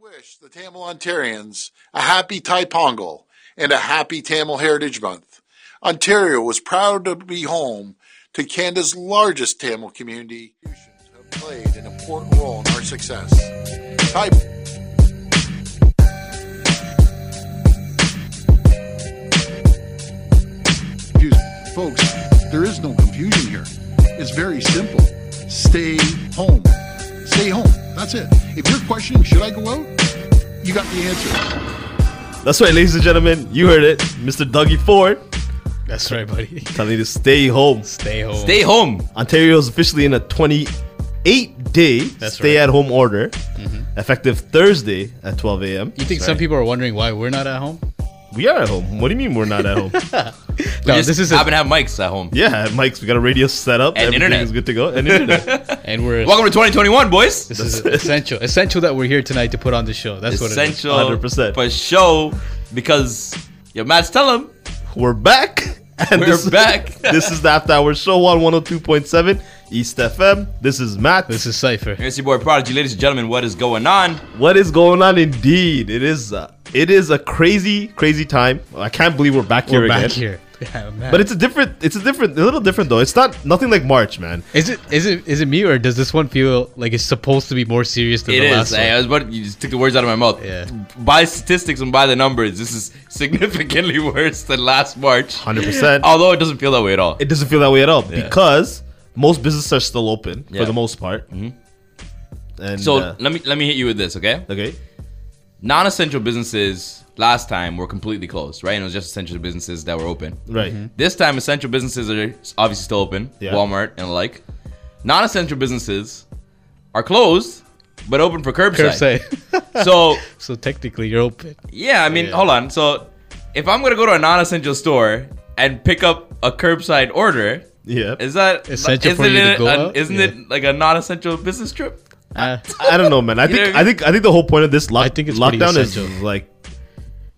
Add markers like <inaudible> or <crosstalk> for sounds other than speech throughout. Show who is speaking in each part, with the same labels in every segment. Speaker 1: wish the Tamil Ontarians a happy Thai Pongal and a happy Tamil Heritage Month. Ontario was proud to be home to Canada's largest Tamil community. Institutions Have played an important role in our success. Thai Folks, there is no confusion here. It's very simple. Stay home. Stay home. That's it. If you're questioning, should I go out? You got the answer.
Speaker 2: That's right, ladies and gentlemen. You heard it. Mr. Dougie Ford
Speaker 3: That's right, buddy.
Speaker 2: telling you to stay home.
Speaker 3: <laughs> Stay home.
Speaker 4: Stay home.
Speaker 3: Uh,
Speaker 2: Ontario is officially in a 28 day
Speaker 3: That's
Speaker 2: stay
Speaker 3: right. Mm-hmm.
Speaker 2: at home order, effective Thursday at 12 a.m.
Speaker 3: You think some people are wondering why we're not at home?
Speaker 2: We are at home. What do you mean we're not at
Speaker 3: <laughs>
Speaker 2: home?
Speaker 3: No,
Speaker 4: Just
Speaker 3: this is
Speaker 4: happen
Speaker 3: a,
Speaker 4: to have mics at home.
Speaker 2: yeah, Mike's we got a radio set up.
Speaker 4: And
Speaker 2: Everything
Speaker 4: internet.
Speaker 2: is good to go. And
Speaker 3: <laughs>
Speaker 2: internet.
Speaker 3: and we're
Speaker 4: Welcome to 2021, boys.
Speaker 3: this is essential. Essential that we're here tonight to put on the show. That's what it is.
Speaker 4: Essential
Speaker 2: 100%.
Speaker 4: for show because your Matt's
Speaker 3: <laughs>
Speaker 4: tell him
Speaker 2: we're back. And
Speaker 4: We're
Speaker 2: <laughs>
Speaker 4: back.
Speaker 2: this is the After Hour Show on 102.7 East FM. This is Matt.
Speaker 3: This is Cypher.
Speaker 4: <laughs> it's your boy Prodigy, ladies and gentlemen. What is going on?
Speaker 2: What is going on? Indeed, it is. Uh, it is a crazy, crazy time. I can't believe we're back here
Speaker 3: We're
Speaker 2: again.
Speaker 3: back here. <laughs> Yeah, man.
Speaker 2: But it's a different. It's a different. A little different though. It's not nothing like March, man.
Speaker 3: is it is it is it me or does this one feel like it's supposed to be more serious than
Speaker 4: It
Speaker 3: the
Speaker 4: is.
Speaker 3: last
Speaker 4: Hey, I
Speaker 3: one?
Speaker 4: was about you just took the words out of my mouth.
Speaker 3: Yeah.
Speaker 4: By statistics and by the numbers, this is significantly <laughs> worse than last March.
Speaker 2: Hundred percent.
Speaker 4: Although it doesn't feel that way at all.
Speaker 2: It doesn't feel that way at all
Speaker 4: Yeah.
Speaker 2: because most businesses are still open
Speaker 4: Yeah. Mm-hmm.
Speaker 2: for the most part. And
Speaker 4: so
Speaker 2: uh,
Speaker 4: let me let me hit you with this, okay?
Speaker 2: okay,
Speaker 4: Non-essential businesses last time were completely closed, right? And it was just essential businesses that were open.
Speaker 2: right.
Speaker 4: This time, essential businesses are obviously still open,
Speaker 2: Yeah.
Speaker 4: Walmart and the like. Non-essential businesses are closed, but open for curbside.
Speaker 3: Curbside.
Speaker 4: <laughs> so
Speaker 3: <laughs> so technically you're open.
Speaker 4: yeah, I mean,
Speaker 3: Yeah.
Speaker 4: hold on. So if I'm gonna go to a non-essential store and pick up a curbside order,
Speaker 2: Yeah.
Speaker 4: is that
Speaker 3: Essential
Speaker 4: isn't
Speaker 3: for you to
Speaker 4: it
Speaker 3: go
Speaker 4: an-
Speaker 3: out?
Speaker 4: Isn't
Speaker 3: Yeah.
Speaker 4: it like a non-essential business trip?
Speaker 3: Uh,
Speaker 2: I don't know, man. I
Speaker 4: <laughs> You know
Speaker 2: think
Speaker 4: what I
Speaker 2: I think I think the whole point of this lock,
Speaker 3: I think it's pretty
Speaker 2: lockdown is
Speaker 3: essential.
Speaker 2: like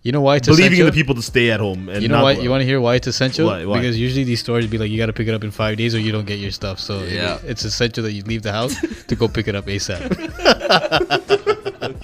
Speaker 3: you know why it's
Speaker 2: believing in
Speaker 3: essential?
Speaker 2: the people to stay at home and
Speaker 3: You know
Speaker 2: not
Speaker 3: why?
Speaker 2: go
Speaker 3: You
Speaker 2: out.
Speaker 3: want to hear why it's essential?
Speaker 2: Why- why?
Speaker 3: Because usually these stores be like, you got to pick it up in five days or you don't get your stuff. So it-
Speaker 4: Yeah.
Speaker 3: it's essential that you leave the house to go pick it up ASAP.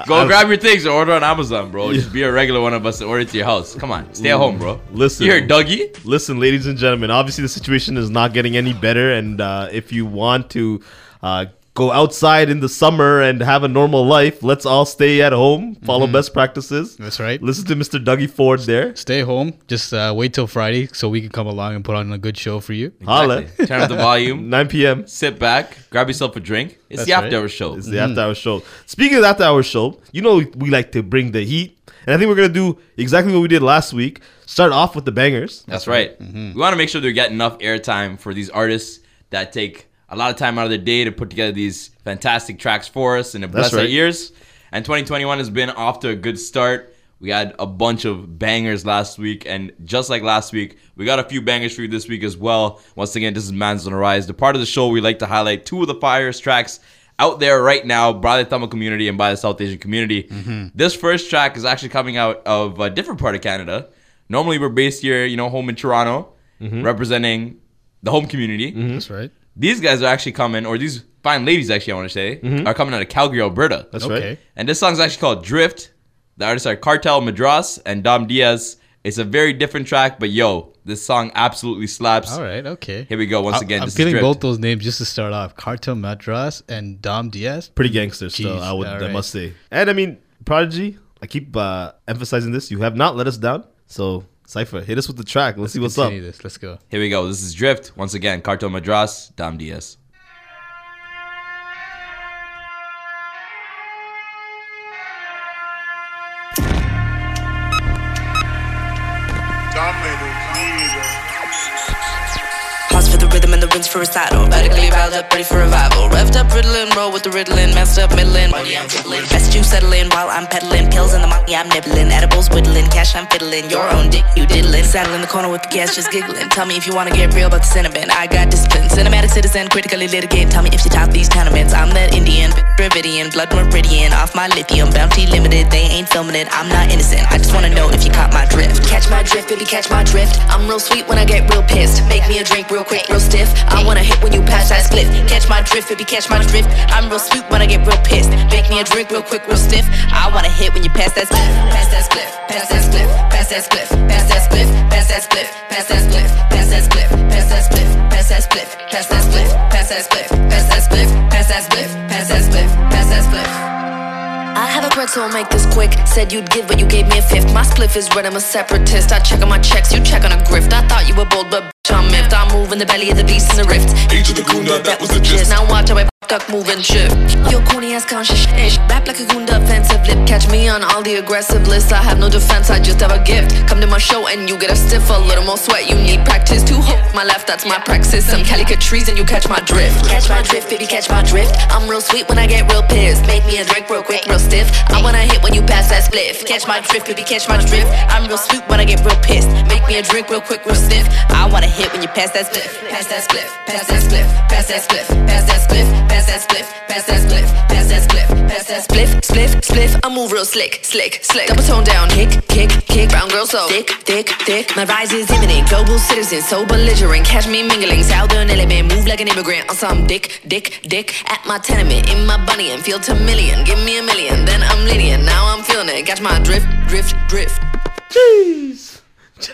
Speaker 4: Go grab your things and order on Amazon, bro. Just be a regular one of us and order it to your house. Come on, stay at home, bro.
Speaker 2: Listen.
Speaker 4: you hear Dougie?
Speaker 2: Listen, ladies and gentlemen, obviously the situation is not getting any better, and uh, if you want to uh, go outside in the summer and have a normal life, let's all stay at home, follow best practices.
Speaker 3: Mm-hmm. That's right.
Speaker 2: Listen to Mr. Dougie Ford there.
Speaker 3: Stay home. Just uh, wait till Friday so we can come along and put on a good show for you.
Speaker 2: Holla.
Speaker 4: Exactly. Turn up the
Speaker 3: <laughs>
Speaker 4: volume.
Speaker 2: 9 p.m.
Speaker 4: Sit back, grab yourself a drink. It's
Speaker 3: That's
Speaker 4: the after
Speaker 3: right.
Speaker 4: hour show.
Speaker 2: It's the
Speaker 3: Mm.
Speaker 2: after hour show. Speaking of the after hour show, you know we like to bring the heat, and I think we're gonna do exactly what we did last week. Start off with the bangers.
Speaker 4: That's right. We want to make sure they get enough airtime for these artists that take a lot of time out of their day to put together these fantastic tracks for us and to bless our
Speaker 2: right.
Speaker 4: ears. And 2021 has been off to a good start. We had a bunch of bangers last week, and just like last week, we got a few bangers for you this week as well. Once again, this is Man's on the Rise, the part of the show we like to highlight two of the finest tracks out there right now by the Tamil community and by the South Asian community. This first track is actually coming out of a different part of Canada. Normally, we're based here, you know, home in Toronto,
Speaker 3: Mm-hmm.
Speaker 4: representing the home community.
Speaker 3: That's right.
Speaker 4: These guys are actually coming, or these fine ladies, actually, I want to say,
Speaker 3: Mm-hmm.
Speaker 4: are coming out of Calgary, Alberta.
Speaker 2: That's right.
Speaker 3: Okay.
Speaker 4: And this song's actually called Drift. The artists are Cartel Madras and Dom Diaz. It's a very different track, but yo, this song absolutely slaps.
Speaker 3: All right. Okay.
Speaker 4: Here we go once
Speaker 3: I-
Speaker 4: again.
Speaker 3: I'm
Speaker 4: this is
Speaker 3: feeling
Speaker 4: Drift.
Speaker 3: both those names just to start off. Cartel Madras and Dom Diaz.
Speaker 2: Pretty gangster still,
Speaker 3: Jeez,
Speaker 2: I would
Speaker 3: all
Speaker 2: I
Speaker 3: right.
Speaker 2: must say. And I mean, Prodigy, I keep uh, emphasizing this. You have not let us down. So Cypher, hit us with the track. Let's, see what's up.
Speaker 3: Continue this. Let's go.
Speaker 4: Here we go. This is Drift. Once again, Cartel Madras, Dom Diaz.
Speaker 5: Pause for the rhythm and the rinse for recital. Medically riled up, ready for revival. Revved up, riddling, roll with the riddling. Messed up, middling, money I'm fiddling. Best you settling while I'm peddling. Pills in the monkey I'm nibbling. Edibles whittling, cash I'm fiddling. Your own dick you diddling. Saddle in the corner with the gas just giggling. Tell me if you wanna get real about the cinnamon. I got discipline. Cinematic citizen, critically litigate. Tell me if you top these tournaments. I'm that Indian, Brividian, blood meridian. Off my lithium, bounty limited. They ain't filming it. I'm not innocent. I just wanna know if you caught my drift.
Speaker 6: Catch my drift, baby, catch my drift. I'm real sweet when I get real pissed. Make me a drink real quick, real
Speaker 5: stiff. I wanna hit when you pass that split. Catch my drift, baby, catch my drift. I'm real sweet when I get real pissed. Make me a drink real quick, real stiff. I wanna hit when you pass that split. Pass that split, pass that split, pass that split, pass that split, pass that split, pass that split, pass that split, pass that split, pass that split, pass that split, pass that split, pass that split, pass that split, pass that split, pass that split. I have a bread, so I'll make this quick. Said you'd give, but you gave me a fifth. My spliff is red, I'm a separatist. I check on my checks, you check on a grift. I thought you were bold, but bitch, I'm miffed. I move in the belly of the beast in the rift.
Speaker 6: Age of the Gunda, that was the gist.
Speaker 5: Now watch how I duck, move and chip. Your corny ass conscious shit. Rap like a gunda, offensive lip. Catch me on all the aggressive lists. I have no defense, I just have a gift. Come to my show and you get a stiff. A little more sweat, you need practice. To hook my left, that's my praxis. Some calico trees and you catch my drift. Catch my drift, baby, catch my drift. I'm real sweet when I get real pissed. Make me a drink real quick, real stiff. I wanna hit when you pass that spliff. Catch my drift, baby, catch my drift. I'm real sweet when I get real pissed. Make me a drink real quick, real stiff. I wanna hit when you pass that spliff. Pass that spliff, pass that spliff, pass that spliff, pass that spliff, pass that spliff, pass that spliff, pass that spliff, pass that spliff, spliff, spliff. I move real slick, slick, slick. Double tone down, kick, kick, kick. Brown girl so thick, thick, thick. My rise is imminent. Global citizen, so belligerent. Catch me mingling, southern element. Move like an immigrant on some dick, dick, dick. At my tenement, in my bunny and feel to million. Give me a million, then I'm lenient. Now I'm feeling it. Catch my drift, drift, drift.
Speaker 2: Jeez.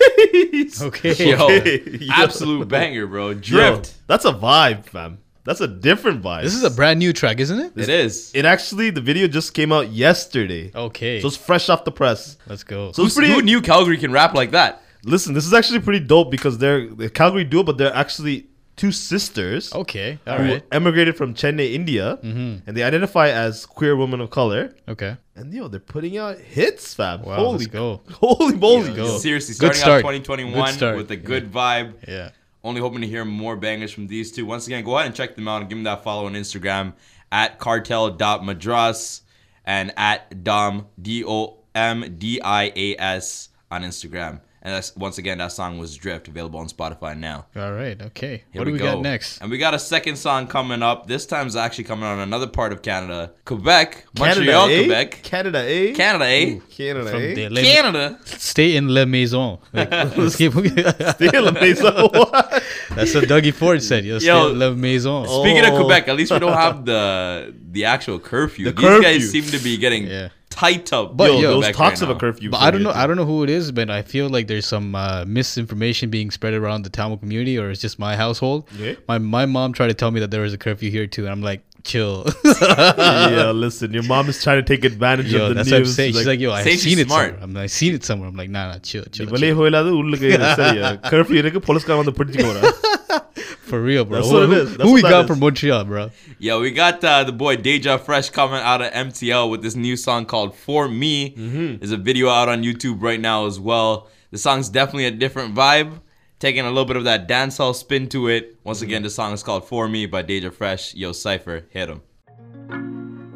Speaker 2: Jeez.
Speaker 3: <laughs> Okay.
Speaker 4: Yo,
Speaker 2: <laughs> Okay.
Speaker 4: absolute banger,
Speaker 2: <laughs>
Speaker 4: bro.
Speaker 2: Yo,
Speaker 4: Drift.
Speaker 2: that's a vibe, fam. That's a different vibe.
Speaker 3: This is a brand new track, isn't it?
Speaker 4: it is.
Speaker 2: It actually, the video just came out yesterday.
Speaker 3: Oh, Okay.
Speaker 2: So it's fresh off the press.
Speaker 3: Let's go.
Speaker 2: So it's pretty.
Speaker 4: Who knew Calgary can rap like that?
Speaker 2: Listen, this is actually pretty dope because they're the Calgary duo, but they're actually two sisters
Speaker 3: okay. All
Speaker 2: who
Speaker 3: right. Mm-hmm.
Speaker 2: emigrated from Chennai, India, and they identify as queer women of color.
Speaker 3: Okay.
Speaker 2: And yo, they're putting out hits, fam.
Speaker 3: Wow,
Speaker 2: holy
Speaker 3: let's go.
Speaker 2: <laughs> Holy moly.
Speaker 3: go.
Speaker 4: Seriously,
Speaker 3: Good
Speaker 4: starting
Speaker 3: start.
Speaker 4: off 2021
Speaker 3: Good start.
Speaker 4: with a good vibe.
Speaker 3: Yeah.
Speaker 4: Only hoping to hear more bangers from these two. Once again, go ahead and check them out and give them that follow on Instagram at cartel.madras and at dom, D O M D I A S on Instagram. And that's once again, that song was Drift, available on Spotify now.
Speaker 3: All right. Okay.
Speaker 4: Here
Speaker 3: what do we
Speaker 4: go.
Speaker 3: got next?
Speaker 4: And we got a second song coming up. This time's actually coming on another part of Canada, Quebec, Montreal,
Speaker 2: eh?
Speaker 4: Quebec,
Speaker 2: Canada, eh?
Speaker 4: Canada, eh?
Speaker 2: Canada,
Speaker 3: From
Speaker 2: eh? <laughs>
Speaker 3: the Le-
Speaker 4: Canada.
Speaker 3: Stay in La Maison. Like, let's keep- <laughs>
Speaker 2: Damn, Mesa, what?
Speaker 3: That's what Dougie Ford said. Yo, stay
Speaker 4: Yo.
Speaker 3: in La Maison.
Speaker 4: Speaking of
Speaker 2: Oh.
Speaker 4: Quebec, at least we don't have the the actual curfew.
Speaker 2: The
Speaker 4: These
Speaker 2: curfew.
Speaker 4: guys seem to be getting
Speaker 3: Yeah.
Speaker 4: tight up.
Speaker 3: But
Speaker 4: in
Speaker 3: yo,
Speaker 2: Those
Speaker 4: Quebec
Speaker 2: talks of
Speaker 4: right
Speaker 2: a
Speaker 4: now.
Speaker 2: curfew.
Speaker 3: But
Speaker 2: for
Speaker 3: I don't
Speaker 2: you,
Speaker 3: know.
Speaker 2: dude.
Speaker 3: I don't know who it is, but I feel like there's some uh, misinformation being spread around the Tamil community, or it's just my household.
Speaker 2: Yeah.
Speaker 3: My my mom tried to tell me that there was a curfew here too, and I'm like, chill. <laughs>
Speaker 2: <laughs> yeah, listen, your mom is trying to take advantage
Speaker 3: yo,
Speaker 2: of the
Speaker 3: that's
Speaker 2: news.
Speaker 3: what I'm saying. She's like, yo, I've
Speaker 4: Safety's
Speaker 3: seen it
Speaker 4: smart.
Speaker 3: somewhere. I'm like, I seen it somewhere. I'm like, nah, nah, chill,
Speaker 2: <laughs>
Speaker 3: chill,
Speaker 2: இவளே
Speaker 3: chill.
Speaker 2: ஹோயிலாது உள்ளுக்கு
Speaker 3: <laughs>
Speaker 2: இரு, சரியா? curfew இருக்கு, போலீஸ்காரன் வந்து பிடிச்சுக்க போறான்.
Speaker 3: for real, bro.
Speaker 2: That's
Speaker 3: who,
Speaker 2: what it
Speaker 3: who-
Speaker 2: is. That's
Speaker 3: who we
Speaker 2: what that
Speaker 3: got
Speaker 2: is.
Speaker 3: from Montreal, bro?
Speaker 4: Yeah, we got uh, the boy Deja Fresh coming out of MTL with this new song called For Me. There's a video out on YouTube right now as well. The song's definitely a different vibe, taking a little bit of that dancehall spin to it. Once again, the song is called For Me by Deja Fresh. Yo, Cypher, hit him.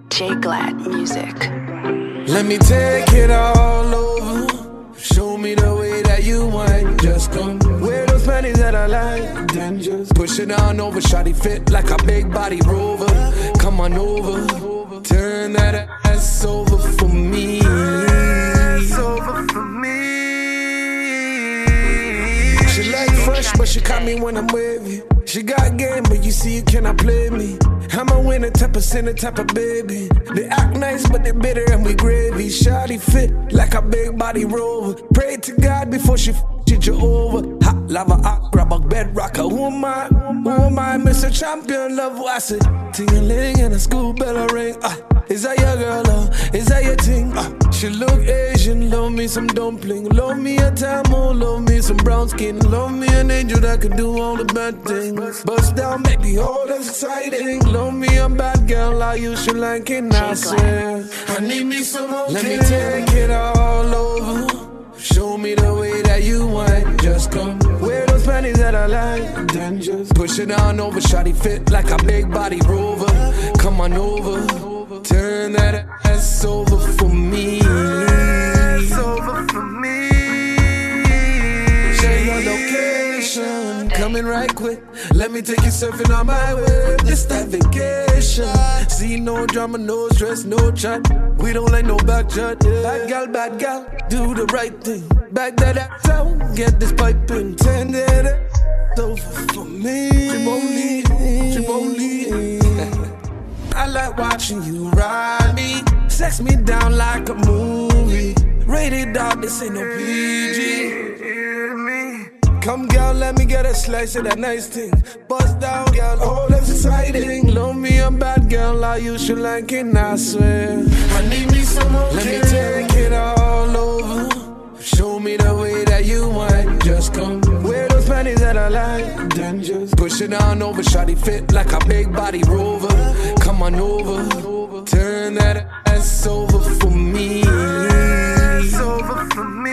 Speaker 7: J Glad Music.
Speaker 6: Let me take it all over. Show me the way that you want. Just come wear those panties that I like. Then just push it on over. Shotty fit like a big body rover. Come on over. Turn that ass over for me. over for me. She like fresh, but she caught me when I'm with you. She got game, but you see you cannot play me. I'm a winner type of sinner type of baby. They act nice, but they bitter and we gravy. Shawty fit like a big body rover. Pray to God before she f- shit you over. Hot lava, hot rubber, bed rocker. Who am I? Who am I, Mr. Champion? Love I said, ting a ling and a school bell ring. Ah. Is that your girl? Oh? Is that your thing? Uh, she look Asian, love me some dumpling, love me a Tamil, love me some brown skin, love me an angel that can do all the bad things. Bust down, make me all that's exciting. Love me a bad girl, I used to like it, I said. I need me some more. Let me take it all over. Show me the way that you want. Just come wear those panties that I like. Then just push it on over, shawty fit like a big body rover. Come on over, turn that ass over for me. Over for me. Share your location, coming right quick. Let me take you surfing on my way. It's that vacation. See no drama, no stress, no chat. We don't like no back chat. Bad gal, bad gal, do the right thing. Back that ass out, get this pipe and tend it. fucked over for me. Chipotle, Chipotle. I like watching you ride me. Sex me down like a movie. Rated R, this ain't no PG. Come, girl, let me get a slice of that nice thing. Bust down, girl, oh, that's exciting. Love me a bad girl, I used to like it, I swear. I need me someone, let me take it all over. Show me the way that you want. Just come wear those panties that I like. Then just push it on over, shawty fit like a big body rover. Come on over, turn that ass over for me. over for me.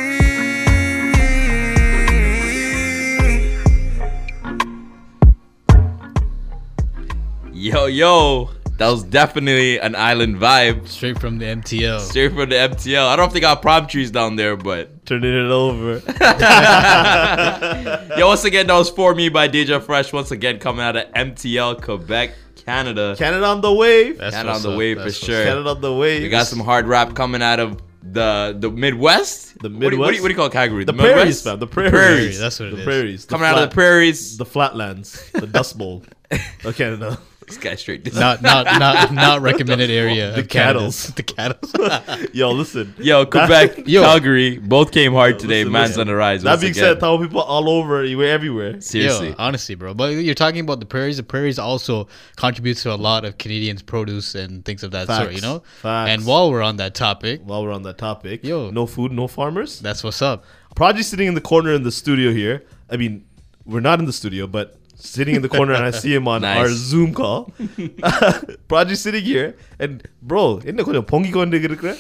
Speaker 4: Yo, yo, that was definitely an island vibe.
Speaker 3: Straight from the MTL.
Speaker 4: Straight from the MTL. I don't know if they got palm trees down there, but
Speaker 2: Turning it over.
Speaker 4: yo, once again, that was for me by Deja Fresh. Once again, coming out of MTL, Quebec, Canada.
Speaker 2: Canada on the wave.
Speaker 3: That's
Speaker 4: Canada on
Speaker 3: what's
Speaker 4: the
Speaker 3: up,
Speaker 4: way for
Speaker 3: that's what's
Speaker 4: sure.
Speaker 2: Canada on the wave.
Speaker 4: We got some hard rap coming out of the the Midwest.
Speaker 2: The
Speaker 4: What do you- What do you,
Speaker 2: Midwest?
Speaker 4: what do you call Calgary?
Speaker 2: the
Speaker 4: Midwest?
Speaker 2: prairies, fam. The prairies.
Speaker 4: prairies,
Speaker 3: that's what it
Speaker 2: the
Speaker 3: is.
Speaker 2: prairies.
Speaker 4: Coming out of the prairies.
Speaker 2: The flatlands. The Dust
Speaker 4: <laughs>
Speaker 2: Bowl of Canada.
Speaker 4: This guy straight.
Speaker 3: Not not
Speaker 2: <laughs>
Speaker 3: not not recommended area.
Speaker 2: The
Speaker 3: of Canada.
Speaker 2: cattles.
Speaker 3: <laughs> The cattles.
Speaker 2: Yo, listen. <laughs>
Speaker 4: Yo, Quebec,
Speaker 3: Yo.
Speaker 4: Calgary, both came hard today.
Speaker 2: listen,
Speaker 4: Man's
Speaker 2: listen.
Speaker 4: on the rise.
Speaker 2: That
Speaker 4: once
Speaker 2: being
Speaker 4: again.
Speaker 2: said, Tamil people all over, you were everywhere. <laughs>
Speaker 4: seriously.
Speaker 3: Yo, honestly, bro. But you're talking about the prairies. The prairies also contributes to a lot of Canadians' produce and things of that sort.
Speaker 2: Facts.
Speaker 3: You know.
Speaker 2: Facts.
Speaker 3: And while we're on that topic,
Speaker 2: While we're on that topic,
Speaker 3: Yo.
Speaker 2: no food, no farmers.
Speaker 3: that's what's up.
Speaker 2: Prodigy's sitting in the corner in the studio here. I mean, we're not in the studio, but sitting in the corner, and I see him
Speaker 4: <laughs>
Speaker 2: on
Speaker 4: Nice.
Speaker 2: our Zoom call. <laughs> Prodigy's sitting here, and bro, என்ன கொஞ்சம் பொங்கி கொண்டு இருக்கிற?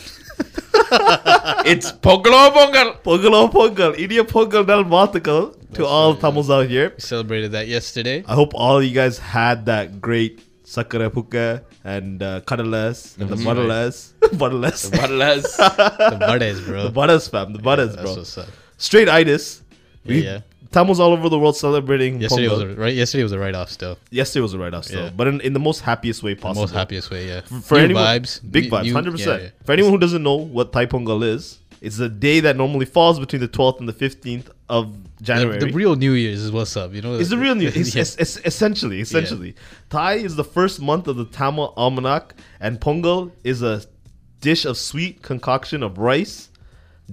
Speaker 4: It's Pogolo Pongal.
Speaker 2: பொங்கலோ பொங்கல், இனிய பொங்கல் நல் வாழ்த்துக்கள் to all Tamils out here.
Speaker 3: We celebrated that yesterday.
Speaker 2: I hope all you guys had that great sakura puka and uh, kadalas and the
Speaker 3: Mm-hmm. <laughs>
Speaker 2: butterless, butterless,
Speaker 4: What less?
Speaker 3: the Vardes,
Speaker 2: <laughs>
Speaker 3: bro.
Speaker 2: <laughs> the butters fam, the butters
Speaker 3: that's
Speaker 2: bro.
Speaker 3: what's up.
Speaker 2: Straight itis. We,
Speaker 3: yeah.
Speaker 2: Tamils all over the world celebrating.
Speaker 3: Yesterday
Speaker 2: Pongal.
Speaker 3: was a, right. Yesterday was a write off still.
Speaker 2: yesterday was a write off still,
Speaker 3: Yeah.
Speaker 2: but in, in the most happiest way possible.
Speaker 3: Most happiest way, yeah.
Speaker 2: for
Speaker 3: New
Speaker 2: anyone,
Speaker 3: vibes,
Speaker 2: big
Speaker 3: new-
Speaker 2: vibes,
Speaker 3: new-
Speaker 2: hundred
Speaker 3: yeah,
Speaker 2: percent.
Speaker 3: yeah.
Speaker 2: For anyone who doesn't know what Thai Pongal is, it's a day that normally falls between the twelfth and the fifteenth of January.
Speaker 3: The, the real New Year's is what's up. You know,
Speaker 2: It's the real news. It's,
Speaker 3: <laughs> Yeah.
Speaker 2: it's, it's essentially, essentially, Thai is the first month of the Tamil almanac, and Pongal is a dish of sweet concoction of rice,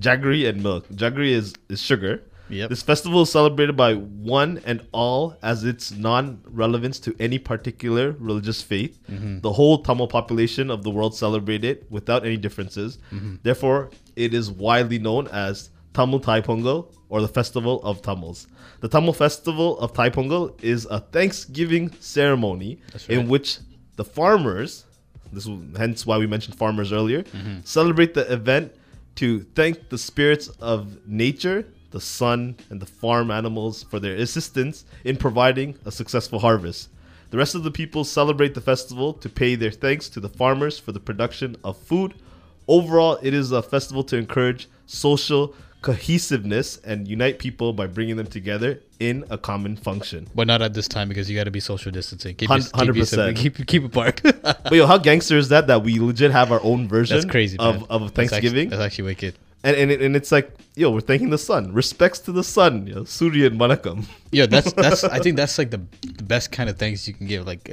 Speaker 2: jaggery, and milk. Jaggery is, is sugar.
Speaker 3: Yep.
Speaker 2: This festival is celebrated by one and all as its non-relevance to any particular religious faith. The whole Tamil population of the world celebrate it without any differences. Therefore, it is widely known as Tamil Thai Pongal or the Festival of Tamils. The Tamil Festival of Thai Pongal is a Thanksgiving ceremony in which the farmers, this is hence why we mentioned farmers earlier,
Speaker 3: Mm-hmm.
Speaker 2: celebrate the event to thank the spirits of nature, the sun, and the farm animals for their assistance in providing a successful harvest. The rest of the people celebrate the festival to pay their thanks to the farmers for the production of food. Overall, it is a festival to encourage social cohesiveness and unite people by bringing them together in a common function.
Speaker 3: <laughs> but not at this time because you got to be social distancing. Keep
Speaker 2: Hun-
Speaker 3: your- keep your
Speaker 2: 100%.
Speaker 3: Keep keep apart. <laughs>
Speaker 2: But yo, how gangster is that that we legit have our own version
Speaker 3: That's crazy. man.
Speaker 2: of, of
Speaker 3: That's actu-
Speaker 2: Thanksgiving?
Speaker 3: That's actually, wicked.
Speaker 2: and, and, it, and it's like, yo, we're thanking the sun. Respects to the sun. Yo, Surya and Manakam. <laughs>
Speaker 3: Yeah, that's that's. I think that's like the, the best kind of thanks you can give. Like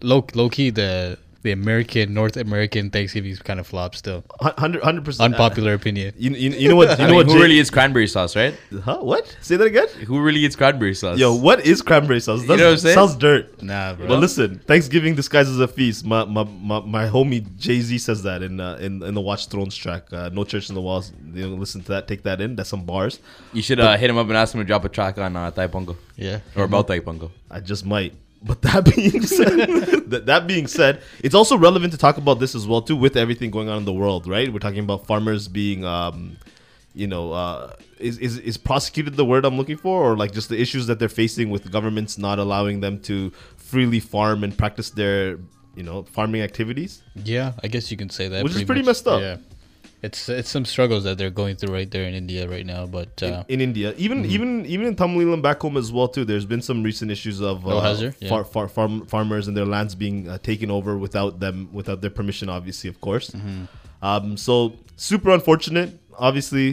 Speaker 3: low low key the the American North American Thanksgiving is kind of flop still.
Speaker 2: 100%. 100%
Speaker 3: Unpopular opinion.
Speaker 2: You, you, you know what? You know
Speaker 4: I mean,
Speaker 2: what?
Speaker 4: who
Speaker 2: Jay-
Speaker 4: really eats cranberry sauce, right?
Speaker 2: huh? What? Say that again?
Speaker 4: Who really eats cranberry sauce?
Speaker 2: Yo, what is cranberry sauce? That's,
Speaker 4: know what I'm saying?
Speaker 2: Sounds dirt.
Speaker 3: Nah, bro.
Speaker 2: But listen, Thanksgiving disguises a feast. My my, my, my homie Jay Z says that in uh, in in the Watch Thrones track. Uh, no church in the walls. You know, listen to that. Take that in. That's some bars.
Speaker 4: You should uh, hit him up and ask him to drop a track on uh, Thai Pongo.
Speaker 3: Yeah.
Speaker 4: Or about Thai Pongo.
Speaker 2: I just might. But that <laughs> being said, that, that being said, it's also relevant to talk about this as well too, with everything going on in the world, right? We're talking about farmers being, um, you know, uh, is, is is prosecuted the word I'm looking for, or like just the issues that they're facing with governments not allowing them to freely farm and practice their, you know, farming activities.
Speaker 3: Yeah, I guess you can say that.
Speaker 2: Which is pretty messed up.
Speaker 3: Yeah, it's it's some struggles that they're going through right there in India right now. But uh,
Speaker 2: in India, even even even in Tamil Nadu back home as well too. There's been some recent issues of uh,
Speaker 3: Oh, has there? Yeah.
Speaker 2: far, far, farm, farmers and their lands being uh, taken over without them without
Speaker 3: Mm-hmm.
Speaker 2: their permission, obviously, of course. Um, so super unfortunate. Obviously,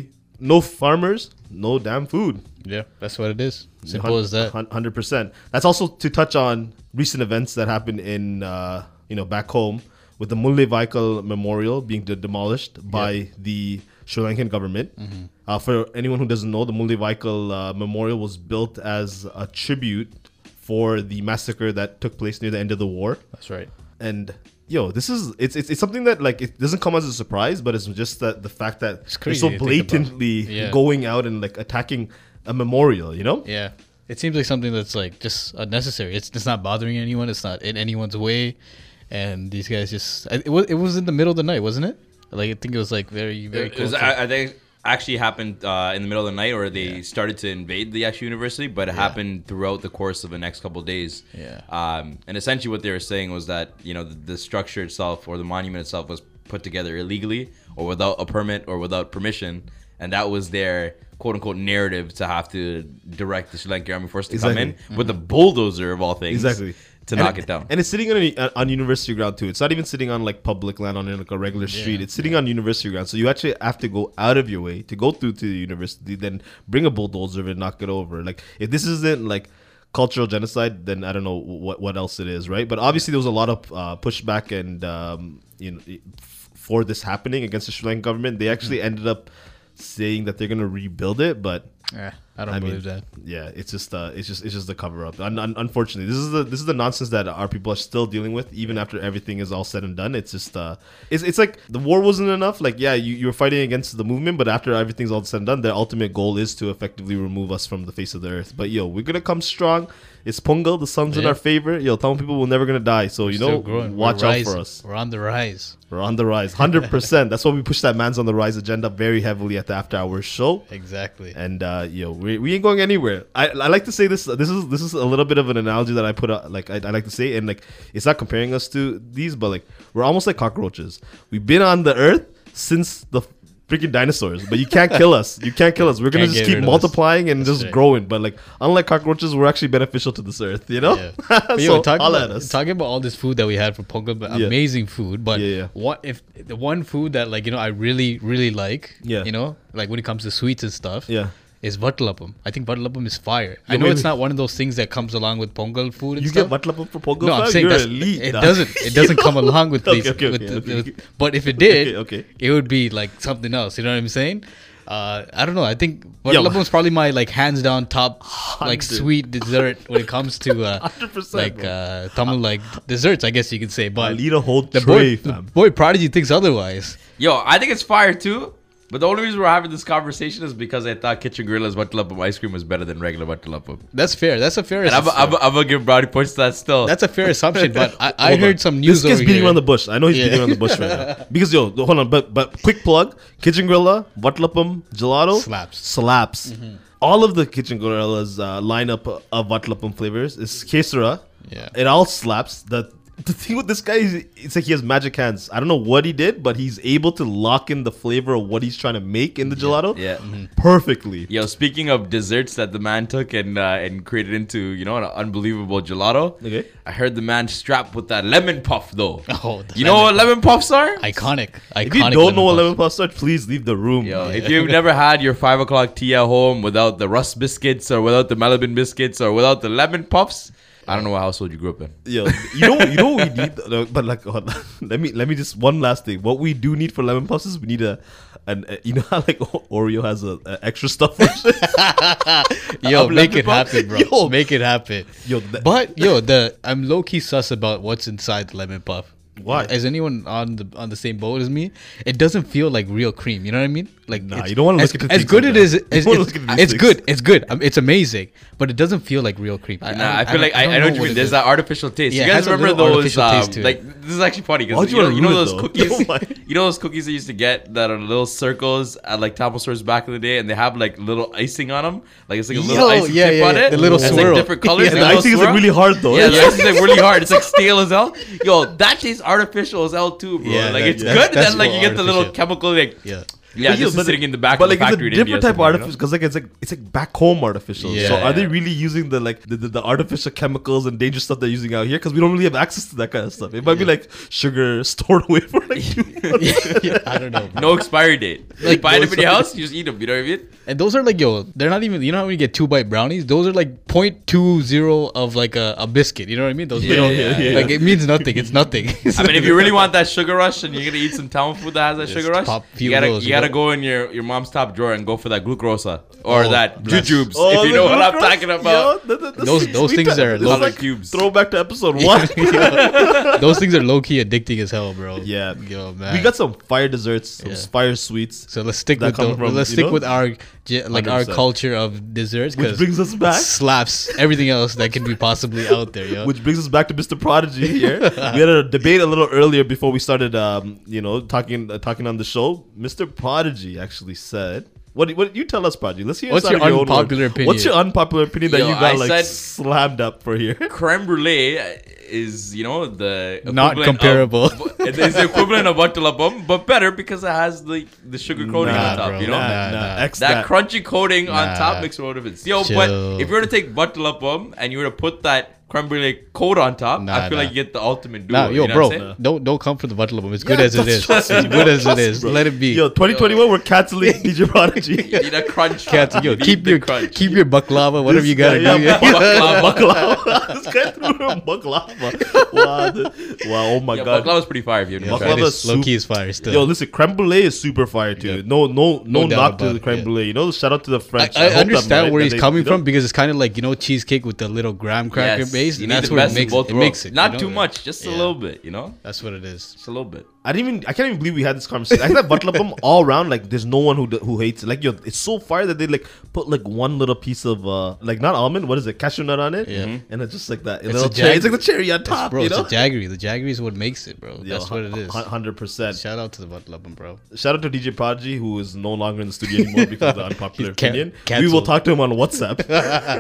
Speaker 2: no farmers, no damn food.
Speaker 3: Yeah, that's what it is. Simple as that.
Speaker 2: Hundred percent. That's also to touch on recent events that happened in uh, you know back home with the Mulle Vaikal Memorial being de- demolished by the Sri Lankan government.
Speaker 3: Mm-hmm.
Speaker 2: Uh, for anyone who doesn't know, the Mulle Vaikal uh, Memorial was built as a tribute for the massacre that took place near the end of the war
Speaker 3: That's right.
Speaker 2: and yo this is it's it's, it's something that like it doesn't come as a surprise but it's just that the fact that they're
Speaker 3: crazy
Speaker 2: so
Speaker 3: to think about.
Speaker 2: blatantly
Speaker 3: Yeah.
Speaker 2: going out and like attacking a memorial you know
Speaker 3: Yeah. It seems like something that's like just unnecessary. It's it's not bothering anyone. It's not in anyone's way, and these guys just I- it was it was in the middle of the night, wasn't it? Like I think it was like very very.
Speaker 4: It
Speaker 3: close
Speaker 4: was,
Speaker 3: to-
Speaker 4: I, I think it actually happened uh, in the middle of the night, or they started to invade the actual university, but it happened throughout the course of the next couple of days.
Speaker 3: Yeah.
Speaker 4: Um, and essentially, what they were saying was that you know the, the structure itself or the monument itself was put together illegally or without a permit or without permission, and that was their quote unquote narrative to have to direct the Sri Lankan army force to come in
Speaker 2: Exactly.
Speaker 4: with a bulldozer of all things,
Speaker 2: Exactly.
Speaker 4: to
Speaker 2: And
Speaker 4: knock it down.
Speaker 2: and it's sitting on a, uh, on university ground too. It's not even sitting on like public land on like a regular street. it's sitting on university ground, so you actually have to go out of your way to go through to the university, then bring a bulldozer and knock it over. Like if this isn't like cultural genocide, then I don't know what what else it is, right? But obviously there was a lot of uh, pushback and um, you know f- for this happening against the Sri Lankan government. They actually ended up saying that they're going to rebuild it, but
Speaker 3: Eh, I don't
Speaker 2: I mean,
Speaker 3: believe that.
Speaker 2: Yeah, it's just uh, it's just it's just the cover up. Un- un- unfortunately, this is the this is the nonsense that our people are still dealing with, even after everything is all said and done. It's just uh, it's it's like the war wasn't enough. Like yeah, you you were fighting against the movement, but after everything's all said and done, their ultimate goal is to effectively remove us from the face of the earth. But yo, we're gonna come strong. It's Pungal, the sun's in
Speaker 3: Yeah.
Speaker 2: our favor. Yo, Tamil people will never gonna die. So you
Speaker 3: Still
Speaker 2: know,
Speaker 3: growing.
Speaker 2: watch
Speaker 3: We're
Speaker 2: out
Speaker 3: rising.
Speaker 2: for us.
Speaker 3: We're on the rise.
Speaker 2: We're on the rise, hundred percent. That's why we push that man's on the rise agenda very heavily at the after hours show
Speaker 3: Exactly.
Speaker 2: and uh, yo, we, we ain't going anywhere. I, I like to say this. This is this is a little bit of an analogy that I put out. Like I, I like to say, and like it's not comparing us to these, but like we're almost like cockroaches. We've been on the earth since the freaking dinosaurs, but you can't kill us. You can't kill us. We're gonna
Speaker 3: Can't
Speaker 2: just
Speaker 3: get
Speaker 2: keep
Speaker 3: rid of us.
Speaker 2: multiplying and just
Speaker 3: right.
Speaker 2: growing. But like unlike cockroaches, we're actually beneficial to this earth. You know?
Speaker 3: Yeah.
Speaker 2: <laughs>
Speaker 3: But yo,
Speaker 2: so
Speaker 3: talking,
Speaker 2: holla
Speaker 3: about,
Speaker 2: at us.
Speaker 3: talking about all this food that we had for Pongal, but
Speaker 2: Yeah.
Speaker 3: amazing food. But
Speaker 2: Yeah, yeah.
Speaker 3: what if the one food that like you know I really really like?
Speaker 2: Yeah.
Speaker 3: You know, like when it comes to sweets and stuff.
Speaker 2: Yeah.
Speaker 3: Is vattalapam? I think vattalapam is fire. I
Speaker 2: Yo,
Speaker 3: know
Speaker 2: wait,
Speaker 3: it's
Speaker 2: wait.
Speaker 3: not one of those things that comes along with Pongal food. And
Speaker 2: you
Speaker 3: stuff.
Speaker 2: get Watlapa for Pogo?
Speaker 3: No, I'm saying
Speaker 2: you're
Speaker 3: that's,
Speaker 2: elite.
Speaker 3: it
Speaker 2: dog.
Speaker 3: doesn't. It doesn't
Speaker 2: <laughs>
Speaker 3: come along with
Speaker 2: Okay,
Speaker 3: these.
Speaker 2: okay,
Speaker 3: with
Speaker 2: okay,
Speaker 3: the-
Speaker 2: okay.
Speaker 3: with- but if it did,
Speaker 2: okay, okay.
Speaker 3: it would be like something else. You know what I'm saying? Uh, I don't know. I think Vattalapam's probably my like hands down top like
Speaker 2: Hundred.
Speaker 3: sweet dessert when it comes to
Speaker 2: <laughs>
Speaker 3: uh,
Speaker 2: 100%,
Speaker 3: like
Speaker 2: bro.
Speaker 3: uh, Tamil like desserts. I guess you could say. But
Speaker 2: I'll eat a whole
Speaker 3: the
Speaker 2: tray,
Speaker 3: boy, the
Speaker 2: fam.
Speaker 3: boy prodigy thinks otherwise.
Speaker 4: Yo, I think it's fire too. But the only reason we're having this conversation is because I thought Kitchen Gorilla's Wattalapam ice cream was better than regular Wattalapam.
Speaker 3: That's fair. That's a fair.
Speaker 4: And I'm,
Speaker 3: assumption.
Speaker 4: I'm, I'm gonna give brownie points to that still.
Speaker 3: that's a fair assumption. Oh, But I, I
Speaker 2: Hold
Speaker 3: heard
Speaker 2: on.
Speaker 3: some news
Speaker 2: This kid's
Speaker 3: over
Speaker 2: beating
Speaker 3: here.
Speaker 2: around the bush. I know he's
Speaker 3: Yeah.
Speaker 2: beating around the bush right now. Because yo, hold on, but but quick plug: Kitchen Gorilla, Vatlapam, Gelato
Speaker 3: Slaps. Mm-hmm.
Speaker 2: slaps. All of the Kitchen Gorilla's uh, lineup of Vatlapam flavors is Kesara.
Speaker 3: Yeah.
Speaker 2: it all slaps. The the thing with this guy is it's like he has magic hands. I don't know what he did, but he's able to lock in the flavor of what he's trying to make in the gelato.
Speaker 4: Yeah.
Speaker 3: Mm-hmm.
Speaker 4: Mhm.
Speaker 2: perfectly.
Speaker 4: Yo, speaking of desserts that the man took and uh, and created into, you know, an unbelievable gelato.
Speaker 2: Okay.
Speaker 4: I heard the man strapped with that lemon puff though.
Speaker 3: <laughs> Oh, the
Speaker 4: you know
Speaker 3: lemon
Speaker 4: what lemon puffs are?
Speaker 3: iconic. Iconic.
Speaker 2: If you don't know what
Speaker 3: puffs.
Speaker 2: lemon puff are, please leave the room.
Speaker 4: Yo, if you've never had your five o'clock tea at home without the rust biscuits or without the melabin biscuits or without the lemon puffs, I don't know what household you grew up in.
Speaker 2: Yo, you know, you know, what we need, no, but like, hold on. <laughs> let me, let me just one last thing. What we do need for lemon puffs is we need a, an, a, you know how like <laughs> Oreo has a, a extra stuff.
Speaker 3: Yo,
Speaker 2: I'm
Speaker 3: make
Speaker 2: laughing,
Speaker 3: it
Speaker 2: bro.
Speaker 3: happen, bro.
Speaker 2: <laughs> Yo.
Speaker 3: make it happen.
Speaker 2: Yo, that-
Speaker 3: but yo, the I'm low key sus about what's inside the lemon puff.
Speaker 2: Why?
Speaker 3: Is anyone on the on the same boat as me? It doesn't feel like real cream. You know what I mean? Like,
Speaker 2: Nah,
Speaker 3: it's-
Speaker 2: you don't wanna
Speaker 3: as-
Speaker 2: look at the
Speaker 3: as
Speaker 2: things
Speaker 3: good
Speaker 2: like
Speaker 3: it is.
Speaker 2: that.
Speaker 3: It's,
Speaker 2: You don't wanna
Speaker 3: it's,
Speaker 2: look at the
Speaker 3: it's
Speaker 2: things.
Speaker 3: good. It's good. Um, it's amazing, but it doesn't feel like real cream. I,
Speaker 4: Nah, I feel like I, I, know what you mean. There's that artificial taste.
Speaker 3: Yeah,
Speaker 4: you
Speaker 3: it
Speaker 4: guys
Speaker 3: has a
Speaker 4: remember
Speaker 3: little
Speaker 4: those?
Speaker 3: artificial
Speaker 4: Um,
Speaker 3: taste to it.
Speaker 4: like this is actually funny
Speaker 2: Why
Speaker 4: because
Speaker 2: do
Speaker 4: you,
Speaker 2: you
Speaker 4: know,
Speaker 2: wanna
Speaker 4: you know
Speaker 2: ruin it, though?
Speaker 4: those cookies.
Speaker 2: Why?
Speaker 4: you know those cookies they used to get that are little circles at like Tamil stores back in the day, and they have like little icing on them. Like it's like a little
Speaker 3: Yo,
Speaker 4: icing
Speaker 3: yeah,
Speaker 4: tip
Speaker 3: yeah,
Speaker 4: on
Speaker 3: yeah,
Speaker 4: it.
Speaker 3: the little
Speaker 4: It's
Speaker 3: swirl.
Speaker 4: like different colors.
Speaker 3: Yeah,
Speaker 4: and
Speaker 2: the
Speaker 4: little
Speaker 2: icing is like
Speaker 4: swirl.
Speaker 2: really hard though.
Speaker 4: Yeah,
Speaker 2: eh?
Speaker 4: the icing's like really hard. It's like stale as hell. Yo, that tastes artificial as hell too, bro.
Speaker 3: Yeah,
Speaker 4: like
Speaker 3: that-
Speaker 4: it's
Speaker 3: yeah.
Speaker 4: good, and
Speaker 3: That's
Speaker 4: then like
Speaker 3: more
Speaker 4: you get the little
Speaker 3: artificial.
Speaker 4: chemical like
Speaker 3: Yeah.
Speaker 4: Yeah,
Speaker 2: But <laughs>
Speaker 4: this is
Speaker 2: but-
Speaker 4: sitting in the back
Speaker 2: But
Speaker 4: of the
Speaker 2: like,
Speaker 4: factory in
Speaker 2: it's a
Speaker 4: India
Speaker 2: different type of
Speaker 4: somewhere, you know?
Speaker 2: artificial because like it's like it's like back home artificial. So
Speaker 4: Yeah.
Speaker 2: are they really using the like the, the, the artificial chemicals and dangerous stuff they're using out here? Because we don't really have access to that kind of stuff. It might be like sugar <laughs> stored away for
Speaker 4: <laughs>
Speaker 2: like two months.
Speaker 3: yeah, <laughs> I don't know.
Speaker 4: No expiry date. Like,
Speaker 3: Like,
Speaker 4: buy
Speaker 3: no
Speaker 4: them in your
Speaker 3: expiry-
Speaker 4: house, you just eat them. You know what I mean?
Speaker 3: And those are like, yo, they're not even, you know how when you get two bite brownies? Those are like 0.20 of like a, a biscuit. You know what I mean? Those
Speaker 4: Yeah,
Speaker 3: little-
Speaker 4: yeah,
Speaker 2: yeah.
Speaker 3: Like it means nothing. It's nothing. <laughs>
Speaker 4: I mean, if you really want that sugar rush and you're gonna eat some town food that has that sugar rush,
Speaker 3: pop
Speaker 4: you
Speaker 3: few
Speaker 4: gotta
Speaker 3: rolls,
Speaker 4: you gotta
Speaker 3: you know?
Speaker 4: go in your, your mom's top drawer and go for that glucosa or
Speaker 3: Oh,
Speaker 4: that
Speaker 3: bless.
Speaker 4: jujubes,
Speaker 2: Oh,
Speaker 4: if you
Speaker 2: the
Speaker 4: know what I'm
Speaker 2: glucose? <laughs>
Speaker 4: talking about.
Speaker 2: Yo, the- the- the
Speaker 3: Those-
Speaker 2: sweet-
Speaker 3: those
Speaker 2: sweet
Speaker 3: things
Speaker 2: time.
Speaker 3: are
Speaker 2: This
Speaker 3: love
Speaker 2: is like
Speaker 4: cubes.
Speaker 2: Throwback to
Speaker 4: <laughs>
Speaker 2: episode one.
Speaker 3: Those things are low key addicting as hell, bro.
Speaker 2: yeah,
Speaker 3: Yo, man.
Speaker 2: we got some fire desserts, some
Speaker 3: Yeah.
Speaker 2: fire sweets.
Speaker 3: So let's stick
Speaker 2: that
Speaker 3: with the,
Speaker 2: come from,
Speaker 3: let's
Speaker 2: you
Speaker 3: stick
Speaker 2: know?
Speaker 3: with our ge- like our
Speaker 2: 100%.
Speaker 3: culture of desserts
Speaker 2: Which
Speaker 3: 'cause
Speaker 2: brings us
Speaker 3: it
Speaker 2: back.
Speaker 3: slaps everything else that can be possibly out there, yo. <laughs>
Speaker 2: Which brings us back to Mr. Prodigy here. we had a debate a little earlier before we started, um, you know, talking uh, talking on the show. Mr. Prodigy actually said, "What? What you tell us, Prodigy? Let's hear.
Speaker 3: What's
Speaker 2: us out
Speaker 3: your
Speaker 2: of own
Speaker 3: unpopular
Speaker 2: words.
Speaker 3: opinion?
Speaker 2: What's your unpopular opinion that
Speaker 4: Yo,
Speaker 2: you got
Speaker 4: I
Speaker 2: like
Speaker 4: said-
Speaker 2: slammed up for here?
Speaker 4: Creme brulee is you know the
Speaker 3: Not
Speaker 4: equivalent of-
Speaker 3: comparable.
Speaker 4: <laughs> it is the equivalent of butterla bum, but better because it has the the sugar coating
Speaker 2: Nah,
Speaker 4: on top.
Speaker 3: bro.
Speaker 4: You know.
Speaker 3: Nah,
Speaker 2: nah,
Speaker 3: nah.
Speaker 2: X
Speaker 4: That,
Speaker 2: that.
Speaker 4: crunchy coating on
Speaker 3: Nah.
Speaker 4: top makes a lot of sense. Yo, but
Speaker 3: Chill.
Speaker 4: if you were to take butterlapum and you were to put that creme brulee coat on top,
Speaker 3: Nah,
Speaker 4: I feel
Speaker 3: nah.
Speaker 4: like you get the ultimate duo.
Speaker 3: Nah,
Speaker 4: you
Speaker 3: yo,
Speaker 4: know
Speaker 3: bro,
Speaker 4: what I'm saying?
Speaker 3: don't don't come for the bottle of them. It's good
Speaker 2: Yeah,
Speaker 3: as it is.
Speaker 2: trust
Speaker 3: It's
Speaker 2: me, bro.
Speaker 3: good as it
Speaker 2: Trust
Speaker 3: is.
Speaker 2: me, bro.
Speaker 3: Let it be.
Speaker 2: Yo, 2021, we're canceling
Speaker 4: <laughs>
Speaker 2: DJ
Speaker 4: You
Speaker 2: Prodigy.
Speaker 4: need a crunch.
Speaker 3: Cats,
Speaker 4: You
Speaker 3: yo,
Speaker 4: need
Speaker 3: keep
Speaker 4: the
Speaker 3: your
Speaker 4: crunch.
Speaker 3: keep your baklava, whatever you gotta
Speaker 2: Yeah,
Speaker 3: do.
Speaker 2: yeah,
Speaker 4: Baklava.
Speaker 3: <laughs>
Speaker 2: Baklava. <laughs> this guy threw her baklava. Wow, the- wow, oh my
Speaker 4: Yeah,
Speaker 2: god.
Speaker 4: baklava is pretty fire if
Speaker 3: <laughs>
Speaker 4: you haven't
Speaker 2: Baklava
Speaker 4: tried
Speaker 3: That
Speaker 4: it.
Speaker 3: is low key is fire still.
Speaker 2: Yo, listen, creme brulee is super fire too. No, no, no,
Speaker 3: No doubt
Speaker 2: knock to
Speaker 3: about
Speaker 2: the
Speaker 3: it,
Speaker 2: creme
Speaker 3: yeah.
Speaker 2: brulee. You know, shout out to the
Speaker 3: I,
Speaker 2: French.
Speaker 3: I
Speaker 2: hope I'm
Speaker 3: understand
Speaker 2: right,
Speaker 3: where
Speaker 2: that
Speaker 3: he's
Speaker 2: they-
Speaker 3: coming
Speaker 2: you know?
Speaker 3: from because it's kind of like you know cheesecake with the little graham cracker
Speaker 4: Yes,
Speaker 3: base,
Speaker 4: you
Speaker 3: and
Speaker 4: need
Speaker 3: that's
Speaker 4: the
Speaker 3: where it
Speaker 4: best in
Speaker 3: makes
Speaker 4: both
Speaker 3: it makes
Speaker 4: worlds.
Speaker 3: it. you
Speaker 4: Not
Speaker 3: know?
Speaker 4: too much, just a
Speaker 3: Yeah.
Speaker 4: little bit. You know,
Speaker 3: That's what it is.
Speaker 4: just a little bit.
Speaker 2: I didn't even. I can't even believe we had this conversation. I had butlapum all around. Like, there's no one who d- who hates it. Like, yo, it's so fire that they like put like one little piece of uh, like not almond. What is it? Cashew nut on it. Mm-hmm.
Speaker 3: Yeah.
Speaker 2: And it's just like that. A
Speaker 3: It's
Speaker 2: little
Speaker 3: a
Speaker 2: cherry.
Speaker 3: jag-
Speaker 2: It's like the cherry on top.
Speaker 3: Bro,
Speaker 2: you
Speaker 3: it's
Speaker 2: know.
Speaker 3: a jaggery. The jaggery is what makes it, bro.
Speaker 2: Yo,
Speaker 3: That's what it is.
Speaker 2: Hundred percent.
Speaker 3: Shout out to the Butlubin, bro.
Speaker 2: Shout out to DJ Prodigy, who is no longer in the studio
Speaker 3: <laughs>
Speaker 2: anymore because of the unpopular
Speaker 3: He's can-
Speaker 2: opinion. We will
Speaker 3: cancelled.
Speaker 2: talk to him on WhatsApp.
Speaker 3: <laughs>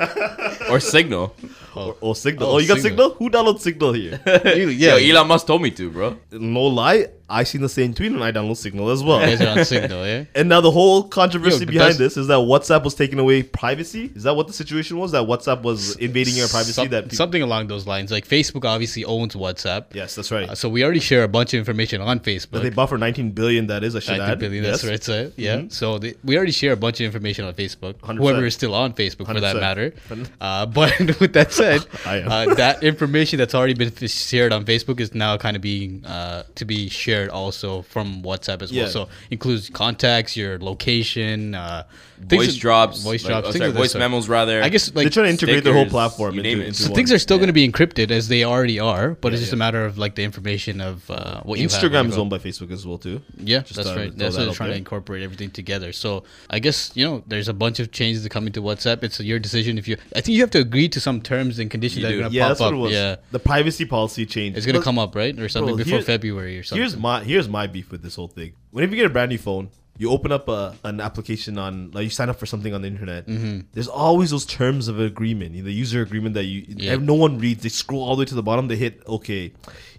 Speaker 4: Or signal.
Speaker 2: Or, or Signal. Oh,
Speaker 3: Oh,
Speaker 2: you got Signal?
Speaker 3: Signal.
Speaker 2: Who downloads Signal
Speaker 3: <laughs>
Speaker 2: here?
Speaker 3: yeah,
Speaker 4: <laughs> Yo, Elon Musk told me to, bro.
Speaker 2: no lie, I seen the same tweet and I download Signal as well.
Speaker 3: you guys are on signal,
Speaker 4: <laughs>
Speaker 3: yeah.
Speaker 2: <laughs> and now the whole controversy
Speaker 3: Yo, the
Speaker 2: behind
Speaker 3: best-
Speaker 2: this is that WhatsApp was taking away privacy. Is that what the situation was? That WhatsApp was invading your privacy?
Speaker 3: Some-
Speaker 2: that peop-
Speaker 3: something along those lines. Like Facebook obviously owns WhatsApp.
Speaker 2: yes, that's right.
Speaker 3: Uh, so we already share a bunch of information on Facebook.
Speaker 2: That they bought for 19 billion. That is, I should
Speaker 3: I
Speaker 2: add.
Speaker 3: think Billy, that's
Speaker 2: yes. Mm-hmm.
Speaker 3: right. So, yeah. So they, we already share a bunch of information on Facebook.
Speaker 2: 100%.
Speaker 3: Whoever is still on Facebook, for that
Speaker 2: 100%.
Speaker 3: matter. Uh, but <laughs> with that said,
Speaker 2: <laughs> I am.
Speaker 3: uh, that information that's already been f- shared on Facebook is now kind of being uh, to be shared also from WhatsApp as
Speaker 2: Yeah.
Speaker 3: well. So includes contacts, your location, uh, things
Speaker 4: Voice
Speaker 3: that-
Speaker 4: drops.
Speaker 3: voice
Speaker 4: like-
Speaker 3: drops,
Speaker 4: oh,
Speaker 3: things
Speaker 4: sorry,
Speaker 3: of that
Speaker 4: voice
Speaker 3: sort.
Speaker 4: memos rather.
Speaker 3: I guess
Speaker 2: They're
Speaker 3: like
Speaker 2: trying to integrate their whole
Speaker 4: stickers,
Speaker 2: platform
Speaker 4: you
Speaker 2: into,
Speaker 4: name it.
Speaker 2: into
Speaker 4: So
Speaker 2: one.
Speaker 3: things are still going to be encrypted as they already are, but it's just a matter of like the information of uh, what you have on
Speaker 2: Instagram
Speaker 3: your
Speaker 2: is
Speaker 3: phone.
Speaker 2: owned by Facebook as well too.
Speaker 3: Yeah,
Speaker 2: Just
Speaker 3: that's
Speaker 2: thought I
Speaker 3: right.
Speaker 2: would throw
Speaker 3: That's
Speaker 2: that
Speaker 3: what they're
Speaker 2: out
Speaker 3: trying
Speaker 2: there.
Speaker 3: to incorporate everything together. So I guess you know there's a bunch of changes that come into WhatsApp. It's your decision if you. I think you have to agree to some terms and conditions that
Speaker 4: do.
Speaker 3: are going to
Speaker 2: Yeah,
Speaker 3: pop
Speaker 2: that's
Speaker 3: up.
Speaker 2: what it was.
Speaker 3: Yeah,
Speaker 2: The privacy policy change.
Speaker 3: it's going to
Speaker 2: But-
Speaker 3: come up right or something
Speaker 2: Bro,
Speaker 3: before
Speaker 2: here-
Speaker 3: February or something.
Speaker 2: Here's my here's my beef with this whole thing. Whenever you get a brand new phone, you open up a, an application on like you sign up for something on the internet.
Speaker 3: Mm-hmm.
Speaker 2: There's always those terms of agreement, the user agreement that you
Speaker 3: Yeah.
Speaker 2: no one reads. They scroll all the way to the bottom. They hit okay.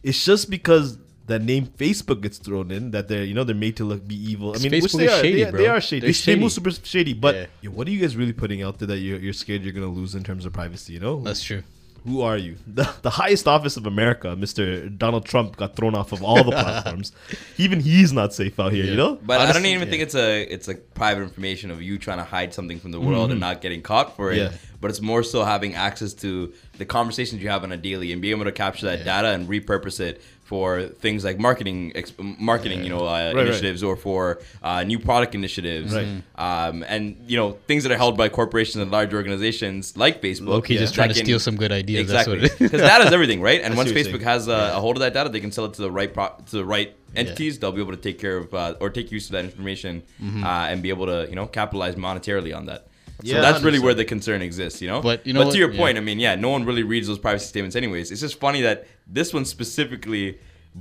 Speaker 2: It's just because the name Facebook gets thrown in that they're you know they're made to look be evil. I mean, which
Speaker 3: Facebook
Speaker 2: they
Speaker 3: is
Speaker 2: are
Speaker 3: shady,
Speaker 2: they,
Speaker 3: bro.
Speaker 2: they are shady.
Speaker 3: They're
Speaker 2: They, they move
Speaker 3: shady.
Speaker 2: super shady. But
Speaker 3: Yeah.
Speaker 2: yo, what are you guys really putting out there that you're, you're scared you're gonna lose in terms of privacy? You know,
Speaker 3: that's true.
Speaker 2: who are you? <laughs> The, the highest office of America, Mr. Donald Trump, got thrown off of all
Speaker 4: <laughs>
Speaker 2: the platforms. Even he's not safe out here, you know?
Speaker 4: But I don't even think it's a it's like private information of you trying to hide something from the world
Speaker 3: Mm-hmm.
Speaker 4: and not getting caught for it.
Speaker 2: Yeah.
Speaker 4: But it's more so having access to the conversations you have on a daily and being able to capture that data and repurpose it for things like marketing ex- marketing you know uh,
Speaker 2: right.
Speaker 4: initiatives or for uh, new product initiatives
Speaker 2: Right.
Speaker 4: um, and you know things that are held by corporations and large organizations like Facebook.
Speaker 3: Low-key just trying
Speaker 4: that
Speaker 3: to steal some good ideas, that's
Speaker 4: Exactly,
Speaker 3: what it is.
Speaker 4: because data is everything, right? And
Speaker 3: <laughs>
Speaker 2: I see
Speaker 4: once
Speaker 2: what you're
Speaker 4: Facebook
Speaker 2: saying.
Speaker 4: has a, a hold of that data, they can sell it to the right pro- to the right entities. They'll be able to take care of uh, or take use of that information
Speaker 3: Mm-hmm.
Speaker 4: uh, and be able to you know capitalize monetarily on that. so
Speaker 2: Yeah,
Speaker 4: that's really
Speaker 2: 100%.
Speaker 4: where the concern exists, you know.
Speaker 3: But you know
Speaker 4: but
Speaker 3: what?
Speaker 4: to your
Speaker 3: Yeah.
Speaker 4: point, I mean, yeah, no one really reads those privacy statements, anyways. It's just funny that this one specifically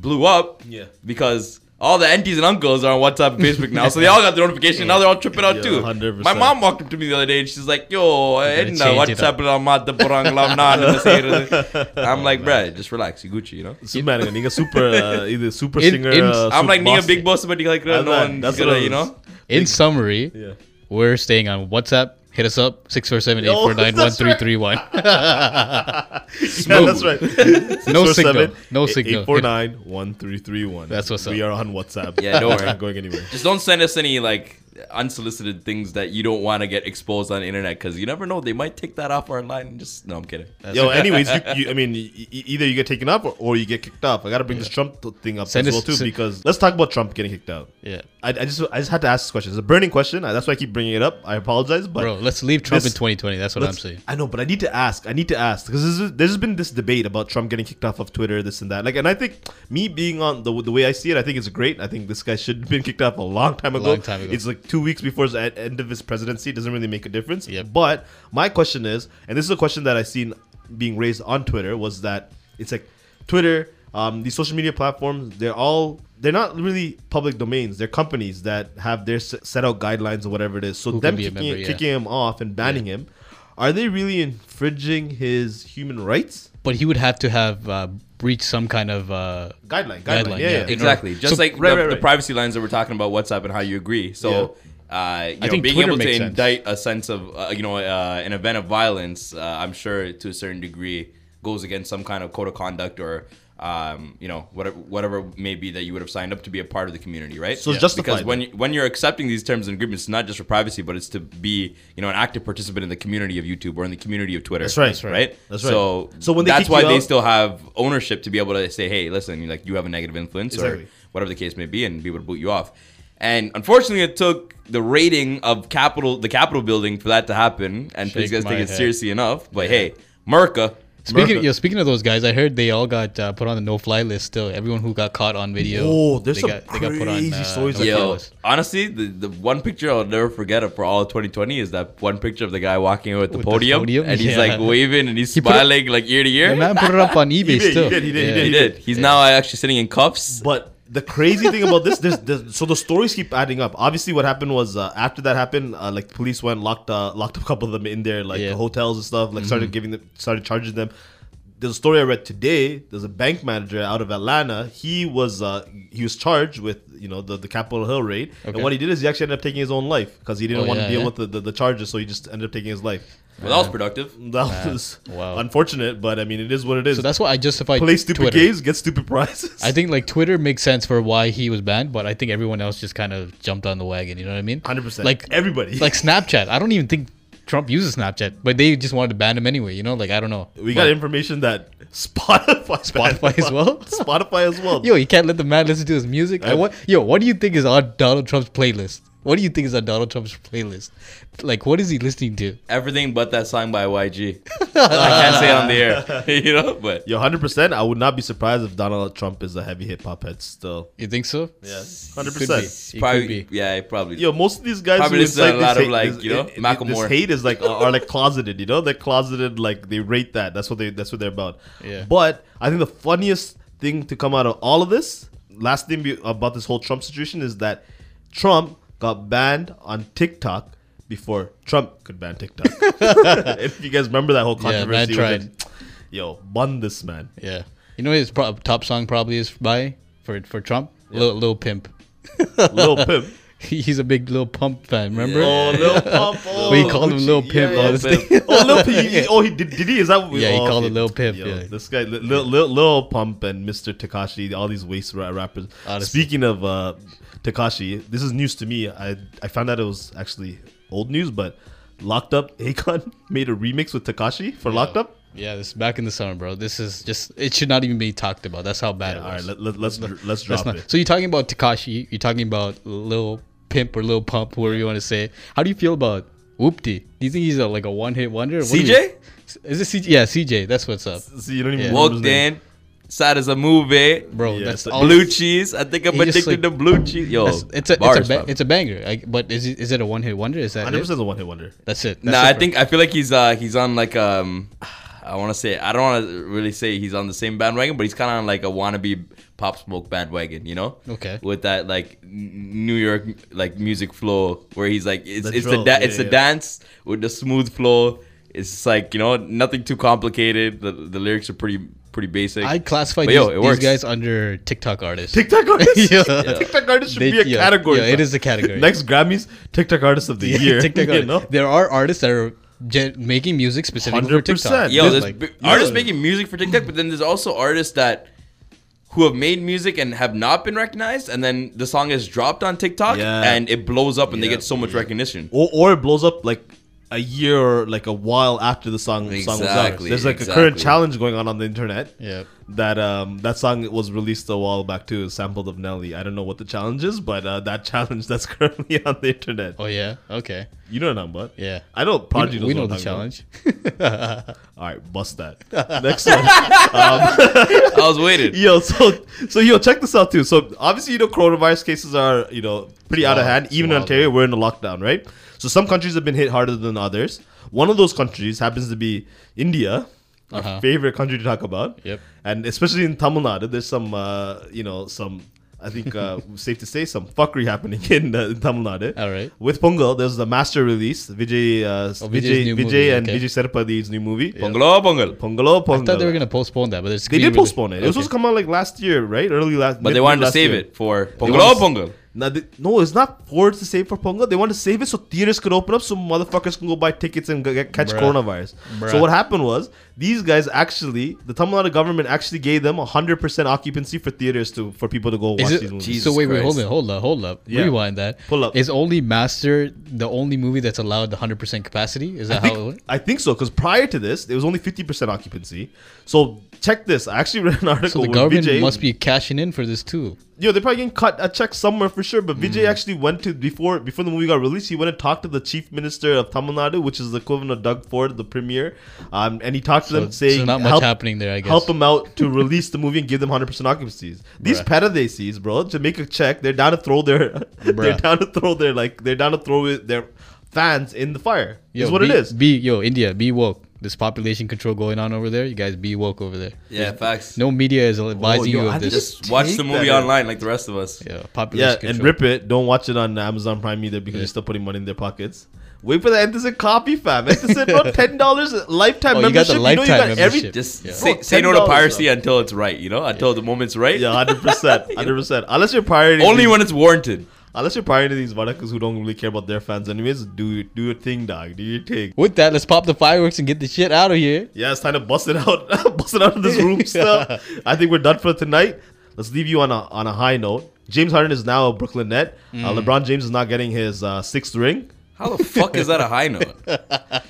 Speaker 4: blew up,
Speaker 2: Yeah.
Speaker 4: because. All the aunties and uncles are on WhatsApp and Facebook now,
Speaker 3: <laughs>
Speaker 4: so they all got the notification. Now they're all tripping out
Speaker 2: Yeah,
Speaker 4: too.
Speaker 2: 100%.
Speaker 4: My <laughs> mom walked up to me the other day and she's like, "Yo,
Speaker 3: change
Speaker 4: என்ன
Speaker 3: it up.
Speaker 4: WhatsAppல மாத்த போறாங்களா
Speaker 2: <laughs>
Speaker 4: நான் என்ன செய்யறது?"
Speaker 2: Oh,
Speaker 4: I'm like, "Bruh, just relax, you Gucci, you know."
Speaker 2: Superman,
Speaker 4: <laughs>
Speaker 2: nigga, super, uh, either super
Speaker 3: In-
Speaker 2: singer.
Speaker 3: in-
Speaker 2: uh,
Speaker 4: I'm
Speaker 2: super
Speaker 4: like, "Nigga,
Speaker 2: boss."
Speaker 4: big boss, but you like, no
Speaker 2: That's what-
Speaker 4: one,
Speaker 2: that's
Speaker 4: gonna,
Speaker 2: what it
Speaker 4: you
Speaker 2: is.
Speaker 4: know."
Speaker 3: in summary,
Speaker 2: <laughs>
Speaker 4: <laughs>
Speaker 2: Yeah.
Speaker 3: we're staying on WhatsApp. Hit us up 647 849
Speaker 2: <laughs>
Speaker 3: 1331.
Speaker 2: Yeah, that's right. <laughs>
Speaker 3: No
Speaker 2: 647
Speaker 3: signal. No signal.
Speaker 2: 849-1331.
Speaker 3: That's what's
Speaker 2: We
Speaker 3: up.
Speaker 2: are on WhatsApp.
Speaker 4: Yeah, don't worry.
Speaker 2: We're not going
Speaker 4: <laughs>
Speaker 2: anywhere.
Speaker 4: Just don't send us any like unsolicited things that you don't want to get exposed on the internet because you never know they might take that off our line. And just no, I'm kidding.
Speaker 2: Yo, anyways, you, you,
Speaker 4: <laughs>
Speaker 2: I mean, e- e- either you get taken up or, or you get kicked off. I gotta bring this Trump th- thing up
Speaker 3: Send
Speaker 2: as
Speaker 3: us-
Speaker 2: well too,
Speaker 3: send-
Speaker 2: because let's talk about Trump getting kicked out.
Speaker 3: yeah.
Speaker 2: I, I just, I just had to ask this question. It's a burning question. I, that's why I keep bringing it up. I apologize, but
Speaker 3: Bro, let's leave Trump
Speaker 2: This-
Speaker 3: in 2020. That's what I'm
Speaker 2: Let's-
Speaker 3: saying.
Speaker 2: I know, but I need to ask. I need to ask because this is- there's been this debate about Trump getting kicked off of Twitter, this and that. Like, and I think me being on the the way I see it, I think it's great. I think this guy should have been kicked off a long time ago.
Speaker 3: Long time ago.
Speaker 2: It's like two weeks before the e- end of his presidency. It doesn't really make a difference.
Speaker 3: Yep.
Speaker 2: But my question is, and this is a question that I seen being raised on Twitter, was that it's like Twitter, um, these social media platforms, they're all they're not really public domains. They're companies that have their s- set out guidelines or whatever it is. So
Speaker 3: Who can
Speaker 2: them
Speaker 3: be a
Speaker 2: kicking,
Speaker 3: member, yeah.
Speaker 2: kicking him off and banning him, are they really infringing his human rights
Speaker 3: But he would have to have uh, breached some kind of. Uh,
Speaker 2: guideline? Guideline,
Speaker 3: Guideline,
Speaker 2: yeah,
Speaker 3: yeah.
Speaker 2: yeah.
Speaker 3: Ex-
Speaker 4: Exactly. Just
Speaker 3: So-
Speaker 4: like
Speaker 2: right,
Speaker 4: the,
Speaker 2: right,
Speaker 4: the
Speaker 2: right.
Speaker 4: privacy lines that we're talking about WhatsApp and how you agree. So, uh, you know,
Speaker 3: think
Speaker 4: being
Speaker 3: Twitter
Speaker 4: able to
Speaker 3: makes sense.
Speaker 4: indict a sense of, uh, you know, uh, an event of violence, uh, I'm sure to a certain degree goes against some kind of code of conduct or, um, you know, whatever, whatever it may be that you would have signed up to be a part of the community, right?
Speaker 2: So it's justified
Speaker 4: Because when
Speaker 2: then.
Speaker 4: you, when you're accepting these terms and agreements, it's not just for privacy, but it's to be, you know, an active participant in the community of YouTube or in the community of Twitter.
Speaker 2: That's right. That's right.
Speaker 4: Right.
Speaker 2: That's right.
Speaker 4: So,
Speaker 2: So when they
Speaker 4: that's
Speaker 2: kick
Speaker 4: why
Speaker 2: you
Speaker 4: they
Speaker 2: out-
Speaker 4: still have ownership to be able to say, hey, listen, like you have a negative influence
Speaker 2: Exactly.
Speaker 4: or whatever the case may be, and be able to boot you off. And unfortunately, it took the rating of Capitol, the Capitol building, for that to happen. And
Speaker 3: Shake
Speaker 4: please guys
Speaker 3: my
Speaker 4: take it
Speaker 3: head.
Speaker 4: seriously enough. But hey, Merca,
Speaker 3: speaking,
Speaker 2: Murphy.
Speaker 3: yo, speaking of those guys, I heard they all got uh, put on the no fly list still. Everyone who got caught on video.
Speaker 2: Oh, there's some crazy stories
Speaker 3: uh, no-fly
Speaker 2: like
Speaker 4: yo,
Speaker 3: list.
Speaker 4: honestly, the, the one picture I'll never forget of for all of 2020 is that one picture of the guy walking out at the,
Speaker 3: With the
Speaker 4: podium,
Speaker 3: podium,
Speaker 4: and he's
Speaker 3: yeah.
Speaker 4: like waving and he's
Speaker 3: He put it-
Speaker 4: smiling like ear to
Speaker 3: The
Speaker 4: ear.
Speaker 3: man put it
Speaker 2: <laughs>
Speaker 3: up on eBay,
Speaker 2: He did, he
Speaker 3: still.
Speaker 2: did, he did, he
Speaker 3: Yeah.
Speaker 2: did,
Speaker 4: he did. He's now actually sitting in cuffs.
Speaker 2: But the crazy thing about this, there's, there's so the stories keep adding up. Obviously, what happened was uh, after that happened, uh, like the police went locked uh, locked a couple of them in there, like
Speaker 3: Yeah. Mm-hmm.
Speaker 2: the hotels and stuff. Like started giving them, started charging them. There's a story I read today. There's a bank manager out of Atlanta. He was uh, he was charged with you know the, the Capitol Hill raid, and
Speaker 3: Okay.
Speaker 2: what he did is he actually ended up taking his own life because he didn't
Speaker 3: Oh,
Speaker 2: want
Speaker 3: yeah,
Speaker 2: to deal
Speaker 3: yeah.
Speaker 2: with the, the, the charges, so he just ended up taking his life.
Speaker 4: Well, that was productive.
Speaker 2: That was
Speaker 3: wow.
Speaker 2: unfortunate, but I mean it is what it is.
Speaker 3: So that's why I justified
Speaker 2: play stupid
Speaker 3: Twitter.
Speaker 2: games, get stupid prizes. <laughs>
Speaker 3: I think like Twitter makes sense for why he was banned, but I think everyone else just kind of jumped on the wagon. You know what I mean?
Speaker 2: 100%.
Speaker 3: Like
Speaker 2: Everybody.
Speaker 3: Like Snapchat. I don't even think Trump uses Snapchat, but they just wanted to ban him anyway. You know, like I don't know.
Speaker 2: <laughs> We got information that Spotify,
Speaker 3: Spotify as well?
Speaker 2: <laughs> Spotify as well.
Speaker 3: Yo, you can't let the man listen to his music. I,
Speaker 2: I-
Speaker 3: what? Yo, what do you think is on Donald Trump's playlist? What do you think is on Donald Trump's playlist? Like, what is he listening to?
Speaker 4: everything but that song by YG. I can't say it on the air, <laughs> you know. But
Speaker 2: Yo, hundred percent. I would not be surprised if Donald Trump is a heavy hip hop head still.
Speaker 3: You think so?
Speaker 2: Yeah, hundred
Speaker 3: Could be.
Speaker 2: percent.
Speaker 3: He
Speaker 4: probably,
Speaker 3: could be.
Speaker 4: yeah, it probably.
Speaker 2: Yo, most of these guys
Speaker 4: Probably
Speaker 2: who
Speaker 4: listen to a
Speaker 2: incite
Speaker 4: lot
Speaker 2: this
Speaker 4: of,
Speaker 2: hate-
Speaker 4: like, you know,
Speaker 2: this-
Speaker 4: Macklemore.
Speaker 2: This hate is like are like closeted. You know, they're closeted. Like they rate that. That's what they. That's what they're about.
Speaker 3: Yeah.
Speaker 2: But I think the funniest thing to come out of all of this, last thing be- about this whole Trump situation is that Trump got banned on TikTok before Trump could ban
Speaker 3: <laughs>
Speaker 2: TikTok. <laughs> if you guys remember that whole
Speaker 3: Yeah, man
Speaker 2: controversy, with
Speaker 3: tried.
Speaker 2: it. yo, bun this man.
Speaker 3: Yeah. You know what his pro- top song probably is by for for Trump? Lil, Lil Pimp. <laughs>
Speaker 2: Lil Pimp.
Speaker 3: He's a big Lil Pump fan. Remember?
Speaker 2: Oh, <laughs> Lil Pump. Oh,
Speaker 3: we called him
Speaker 2: Gucci.
Speaker 3: Lil
Speaker 2: Yeah,
Speaker 3: Pimp.
Speaker 2: yeah,
Speaker 3: all
Speaker 2: yeah.
Speaker 3: this thing.
Speaker 2: <laughs> Oh, Lil Pimp. he- Oh, he did. Did he? Is that? What we,
Speaker 3: Yeah, he
Speaker 2: oh,
Speaker 3: called
Speaker 2: okay.
Speaker 3: it Lil Pimp,
Speaker 2: Yo,
Speaker 3: yeah.
Speaker 2: This guy, Lil, Lil, Lil Pump, and Mr. Takashi. All these waste ra- rappers.
Speaker 3: Honestly.
Speaker 2: Speaking of uh, Takashi, this is news to me. I I found out it was actually old news, but Locked Up Akon <laughs> made a remix with Takashi for Locked Up.
Speaker 3: Yeah, this is back in the summer, bro. This is just it should not even be talked about. That's how bad
Speaker 2: All
Speaker 3: it
Speaker 2: right,
Speaker 3: was.
Speaker 2: let, let, let's dr- let's
Speaker 3: That's
Speaker 2: drop
Speaker 3: not-
Speaker 2: it.
Speaker 3: So you're talking about Takashi, you're talking about Lil Pimp or Lil Pump, whatever you want to say. How do you feel about Whoopty? Do you think he's a, like a one hit wonder?
Speaker 4: <laughs>
Speaker 3: What do you-
Speaker 4: CJ?
Speaker 3: Is it CJ? Yeah, CJ. That's what's up.
Speaker 2: See, you don't even
Speaker 3: Yeah.
Speaker 2: remember his
Speaker 4: walked
Speaker 2: name.
Speaker 4: in, sad as a movie,
Speaker 3: Bro,
Speaker 2: Yeah,
Speaker 3: that's
Speaker 2: it's a-
Speaker 3: all
Speaker 4: Blue cheese. I think I'm
Speaker 3: He just, like-
Speaker 4: addicted to blue cheese. Yo,
Speaker 3: that's- it's a
Speaker 4: bars,
Speaker 3: it's a, ba-
Speaker 4: fam.
Speaker 3: it's a banger. I, but is it, is it a one hit wonder? Is that
Speaker 2: 100%
Speaker 3: it?
Speaker 2: is a one hit wonder.
Speaker 3: That's it.
Speaker 4: nah,
Speaker 3: That's it
Speaker 4: I
Speaker 3: for-
Speaker 4: think I feel like he's uh he's on like um. I want to say I don't want to really say he's on the same bandwagon, but he's kind of on like a wannabe pop smoke bandwagon, you know?
Speaker 3: Okay.
Speaker 4: With that like n- New York like music flow, where he's like it's
Speaker 2: The
Speaker 4: it's
Speaker 2: drill,
Speaker 4: the da-
Speaker 2: yeah,
Speaker 4: it's the
Speaker 2: yeah.
Speaker 4: dance with the smooth flow. It's just like you know nothing too complicated. The the lyrics are pretty pretty basic.
Speaker 3: I classify
Speaker 4: But
Speaker 3: these,
Speaker 4: yo, it
Speaker 3: these
Speaker 4: works.
Speaker 3: guys under TikTok artists.
Speaker 2: TikTok artists.
Speaker 3: Yeah.
Speaker 2: <laughs> TikTok artists should
Speaker 3: They-
Speaker 2: be a
Speaker 3: yeah,
Speaker 2: category.
Speaker 3: yeah,
Speaker 2: man.
Speaker 3: it is a category.
Speaker 2: Next Grammys, TikTok artist of the
Speaker 3: <laughs> Yeah,
Speaker 2: year.
Speaker 3: TikTok
Speaker 2: <laughs> you
Speaker 3: artists.
Speaker 2: know?
Speaker 3: There are artists that are gen- making music specifically for
Speaker 2: 100%.
Speaker 3: TikTok.
Speaker 4: Yo,
Speaker 3: Just
Speaker 4: there's
Speaker 3: like-
Speaker 4: b- artists making music for TikTok, but then there's also artists that who have made music and have not been recognized, and then the song is dropped on TikTok
Speaker 2: Yeah.
Speaker 4: and it blows up, and they
Speaker 2: Yeah.
Speaker 4: get so much recognition.
Speaker 2: or, or it blows up like a year or like a while after the song song was out.
Speaker 4: Exactly,
Speaker 2: There's like a current
Speaker 4: exactly.
Speaker 2: challenge going on on the internet.
Speaker 3: Yeah.
Speaker 2: That um that song was released a while back too, sampled of Nelly. I don't know what the challenge is, but uh, that <laughs> challenge that's currently on the internet.
Speaker 3: Oh yeah. Okay.
Speaker 2: You know what I'm about.
Speaker 3: Yeah.
Speaker 2: I know
Speaker 3: We,
Speaker 2: Prodigy knows
Speaker 3: we
Speaker 2: what
Speaker 3: know
Speaker 2: I'm
Speaker 3: the
Speaker 2: talking about.
Speaker 3: challenge.
Speaker 2: All right, bust that. Next
Speaker 3: <laughs>
Speaker 2: one.
Speaker 4: I was waiting.
Speaker 2: yo, so so yo, check this out too. So obviously, you know, coronavirus cases are you know pretty out of
Speaker 3: Wow,
Speaker 2: hand.
Speaker 3: it's
Speaker 2: Even in
Speaker 3: wild,
Speaker 2: Ontario, we're in a lockdown, right? So some countries have been hit harder than others. One of those countries happens to be India,
Speaker 3: Uh-huh.
Speaker 2: our favorite country to talk about.
Speaker 3: Yep.
Speaker 2: And especially in Tamil Nadu, there's some uh, you know some. I think uh, <laughs> safe to say some fuckery happening in, uh, Tamil Nadu.
Speaker 3: All right.
Speaker 2: With Pongal, there's the master release, Vijay, uh,
Speaker 3: Oh, Vijay's
Speaker 2: Vijay,
Speaker 3: new
Speaker 2: Vijay,
Speaker 3: movie,
Speaker 2: and
Speaker 3: okay.
Speaker 2: Vijay Serapadi's new movie, Pongal.
Speaker 4: Bungalow, bungal.
Speaker 2: Pongalo, Pongal.
Speaker 3: I thought they were gonna postpone that, but it's
Speaker 2: They
Speaker 3: gonna
Speaker 2: did
Speaker 3: be really-
Speaker 2: postpone it. It was
Speaker 3: Okay.
Speaker 2: supposed to come out like last year, right? Early last.
Speaker 4: But they
Speaker 2: mid-
Speaker 4: wanted to
Speaker 2: last
Speaker 4: save
Speaker 2: year.
Speaker 4: it for
Speaker 2: wanted
Speaker 4: Bungalow,
Speaker 2: to-
Speaker 4: bungal.
Speaker 2: Now they- no, it's not for it to save for Pongal. They want to save it so theaters could open up, so motherfuckers can go buy tickets and g- get, catch
Speaker 3: Bruh.
Speaker 2: coronavirus. So
Speaker 3: Bruh.
Speaker 2: what happened was these guys actually, the Tamil Nadu government actually gave them 100% occupancy for theaters to for people to go watch
Speaker 3: Is
Speaker 2: these
Speaker 3: it,
Speaker 2: movies.
Speaker 4: Jesus
Speaker 3: so wait, wait, hold
Speaker 4: Christ.
Speaker 3: on, hold up, hold up.
Speaker 2: Yeah.
Speaker 3: Rewind that.
Speaker 2: Pull up.
Speaker 3: Is only Master the only movie that's allowed the hundred percent capacity? Is that
Speaker 2: I
Speaker 3: how it
Speaker 2: think,
Speaker 3: went?
Speaker 2: I think so because prior to this, it was only 50% occupancy. So check this. I actually <laughs> read an article.
Speaker 3: So the
Speaker 2: where
Speaker 3: government
Speaker 2: Vijay-
Speaker 3: must be cashing in for this too.
Speaker 2: yo, they're probably getting cut a check somewhere for sure. But
Speaker 3: Mm.
Speaker 2: Vijay actually went to before before the movie got released. He went and talked to the chief minister of Tamil Nadu, which is the equivalent of Doug Ford, the premier. Um, and he talked to
Speaker 3: So
Speaker 2: them saying,
Speaker 3: there's not much
Speaker 2: "Help-
Speaker 3: happening there, I guess."
Speaker 2: Help them out
Speaker 3: <laughs>
Speaker 2: to release the movie and give them 100% occupancies. These
Speaker 3: Bruh.
Speaker 2: Petadesis, bro, to make a check, they're down to throw their, <laughs> they're
Speaker 3: Bruh.
Speaker 2: down to throw their like, they're down to throw it- their fans in the fire.
Speaker 3: Yo,
Speaker 2: is what
Speaker 3: be,
Speaker 2: it is.
Speaker 3: Be yo, India, be woke. This population control going on over there. You guys be woke over there.
Speaker 4: Yeah, facts.
Speaker 3: No media is advising
Speaker 2: Oh, yo,
Speaker 3: you
Speaker 2: I
Speaker 3: of this.
Speaker 4: Just watch
Speaker 2: Take
Speaker 4: the movie
Speaker 2: that.
Speaker 4: online like the rest of us.
Speaker 3: yeah, population
Speaker 2: Yeah,
Speaker 3: control.
Speaker 2: and rip it. Don't watch it on Amazon Prime either because
Speaker 3: Yeah.
Speaker 2: you're still putting money in their pockets. Wait for the Entertainment copy, fam. Entertainment, bro,
Speaker 3: <laughs>
Speaker 2: ten dollars lifetime
Speaker 3: Oh, you
Speaker 2: membership.
Speaker 3: got the
Speaker 2: you know
Speaker 3: lifetime
Speaker 2: you got every.
Speaker 3: membership.
Speaker 4: Just
Speaker 3: Yeah.
Speaker 4: say,
Speaker 2: Bro,
Speaker 4: say no to
Speaker 2: $10
Speaker 4: piracy until it's right, you know? Until the moment's
Speaker 2: <laughs>
Speaker 4: right.
Speaker 2: Yeah, hundred
Speaker 3: <laughs>
Speaker 2: percent, hundred percent. Unless you're priority
Speaker 4: Only
Speaker 2: these,
Speaker 4: when it's warranted.
Speaker 2: unless you're priority these vadakas who don't really care about their fans, anyways. Do do your thing, dog. Do your thing.
Speaker 3: With that, let's pop the fireworks and get the shit out of here.
Speaker 2: Yeah, it's time to bust it out, <laughs> bust it out of this
Speaker 3: <laughs>
Speaker 2: room stuff. I think we're done for tonight. Let's leave you on a on a high note. James Harden is now a Brooklyn Net.
Speaker 3: Mm.
Speaker 2: Uh, LeBron James is not getting his uh, sixth ring.
Speaker 4: How the fuck is that a high note?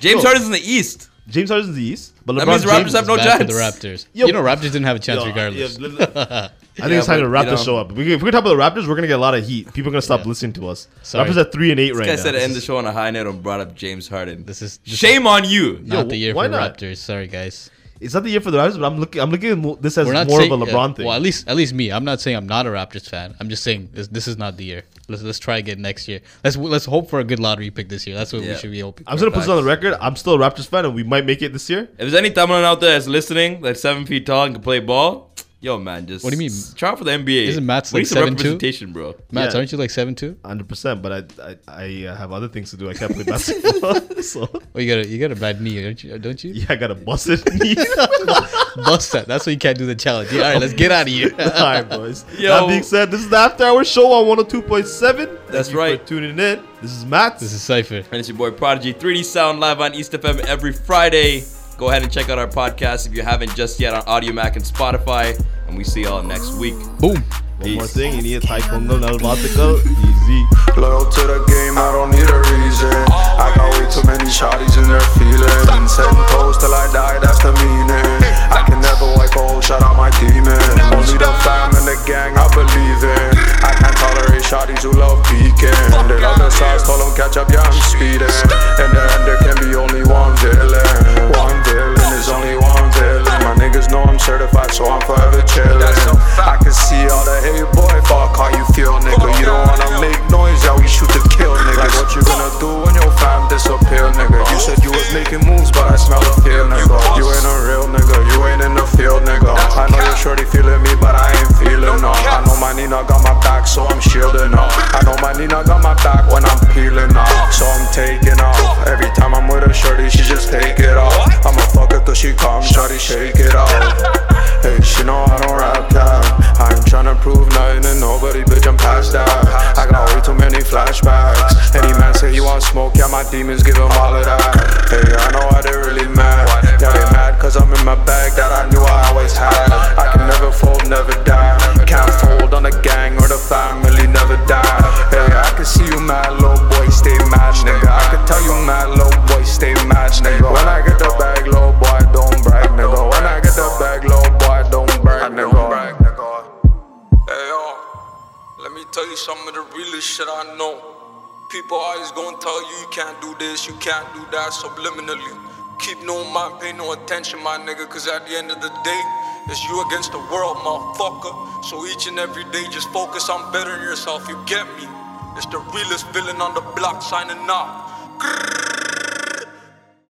Speaker 4: <laughs> James Harden's in the East.
Speaker 2: James Harden's in the East, but LeBron
Speaker 4: That means
Speaker 2: James
Speaker 4: the Raptors have no
Speaker 3: Bad for
Speaker 4: chance.
Speaker 3: the Raptors.
Speaker 2: Yo,
Speaker 3: you know, Raptors didn't have a chance
Speaker 2: Yo,
Speaker 3: regardless. <laughs>
Speaker 2: yeah, let- I think
Speaker 4: Yeah,
Speaker 2: it's time to
Speaker 4: but,
Speaker 2: wrap
Speaker 4: you
Speaker 2: the
Speaker 4: know-
Speaker 2: show up. We can- If we talk about the Raptors, we're gonna get a lot of heat. People are gonna stop listening to us.
Speaker 3: Sorry.
Speaker 2: Raptors at three and eight right
Speaker 4: This
Speaker 2: now.
Speaker 4: guy said to
Speaker 2: This
Speaker 4: end the
Speaker 2: is-
Speaker 4: show on a high note and brought up James Harden.
Speaker 3: This is- this
Speaker 4: shame on you.
Speaker 2: Yo,
Speaker 3: Not the year
Speaker 2: why
Speaker 3: for
Speaker 2: not?
Speaker 3: Raptors. Sorry, guys.
Speaker 2: It's not the year for the Raptors, but I'm looking. I'm looking at mo- this as
Speaker 3: We're
Speaker 2: more
Speaker 3: not saying,
Speaker 2: of a
Speaker 3: yeah,
Speaker 2: LeBron thing.
Speaker 3: Well, at least at least me. I'm not saying I'm not a Raptors fan. I'm just saying this, this is not the year. Let's let's try again next year. Let's let's hope for a good lottery pick this year. That's what
Speaker 4: Yeah.
Speaker 3: we should be hoping.
Speaker 2: I'm
Speaker 3: for.
Speaker 2: just gonna put this on the record. I'm still a Raptors fan, and we might make it this year.
Speaker 4: If there's any Tamilian out there that's listening, that's seven feet tall and can play ball, yo man, just
Speaker 3: What do you mean?
Speaker 4: Try out for the NBA.
Speaker 3: Isn't Matt's
Speaker 4: we
Speaker 3: like
Speaker 4: need some
Speaker 3: 7'2"?
Speaker 4: representation, bro.
Speaker 3: Matt,
Speaker 2: yeah.
Speaker 3: aren't you like seven two?
Speaker 2: 100, percent but I, I I uh, have other things to do. I can't play
Speaker 4: <laughs>
Speaker 2: basketball, <laughs> so
Speaker 3: Oh, you got a you got a bad knee, don't you? Don't you?
Speaker 2: yeah, I gotta bust it. <laughs>
Speaker 3: Bust that. That's why you can't do the challenge. Yeah, all right, let's get out
Speaker 2: <laughs>
Speaker 3: of
Speaker 2: All
Speaker 3: here.
Speaker 2: right, boys.
Speaker 4: Yo.
Speaker 2: That being said, this is the After Hour Show on 102.7. Thank
Speaker 4: That's
Speaker 2: you
Speaker 4: right.
Speaker 2: For tuning in. This is Matt.
Speaker 3: this is Cipher.
Speaker 4: And it's your boy Prodigy 3D Sound live on East FM every Friday. Go ahead and check out our podcast if you haven't just yet on Audio Mac and Spotify. And we see y'all next week.
Speaker 3: Boom.
Speaker 2: One more
Speaker 4: Peace.
Speaker 2: thing, you need a taekwondo, not a vodka. Easy.
Speaker 8: Loyal to the game, I don't need a reason. I got way too many shotties in their feelings. Been setting close till I die, that's the meaning. I can never wipe a whole shot out my demon. Only the fam and the gang I believe in. I can't tolerate shotties who love peeking. The other sides told them catch up, yeah, I'm speeding. In the end, there can be only one villain. One villain is only one villain. My niggas know I'm certified, so I'm forever chillin'. I can see all the hate, boy, fuck how you feel, nigga. You don't wanna make noise, yeah, we shoot to kill, nigga. Like what you gonna do when your fam disappear, nigga? You said you was making moves, but I smell a fear, nigga. You ain't a real nigga, you ain't in the field, nigga. I know you're shorty feeling me, but I ain't feeling no. I know my Nina got my back, so I'm shielding up. I know my Nina got my back when I'm peeling up. So I'm taking a my demons, give 'em all of that. Hey, I know why they really mad. Yeah, they mad cause I'm in my bag that I knew I always had. I can never fold, never die. Can't fold on the gang or the family, never die. Hey, I can see you mad, little boy, stay mad, nigga. I can tell you mad, little boy, stay mad, nigga. When I get the bag, little boy, don't brag, nigga. When I get the bag, little boy, don't brag, nigga.
Speaker 6: Hey, yo, let me tell you some of the realest shit I know. People always gonna tell you you can't do this, you can't do that subliminally. Keep no mind, pay no attention, my nigga, cause at the end of the day, it's you against the world, motherfucker. So each and every day, just focus on bettering yourself, you get me? It's the realest villain on the block signing off. Grrr.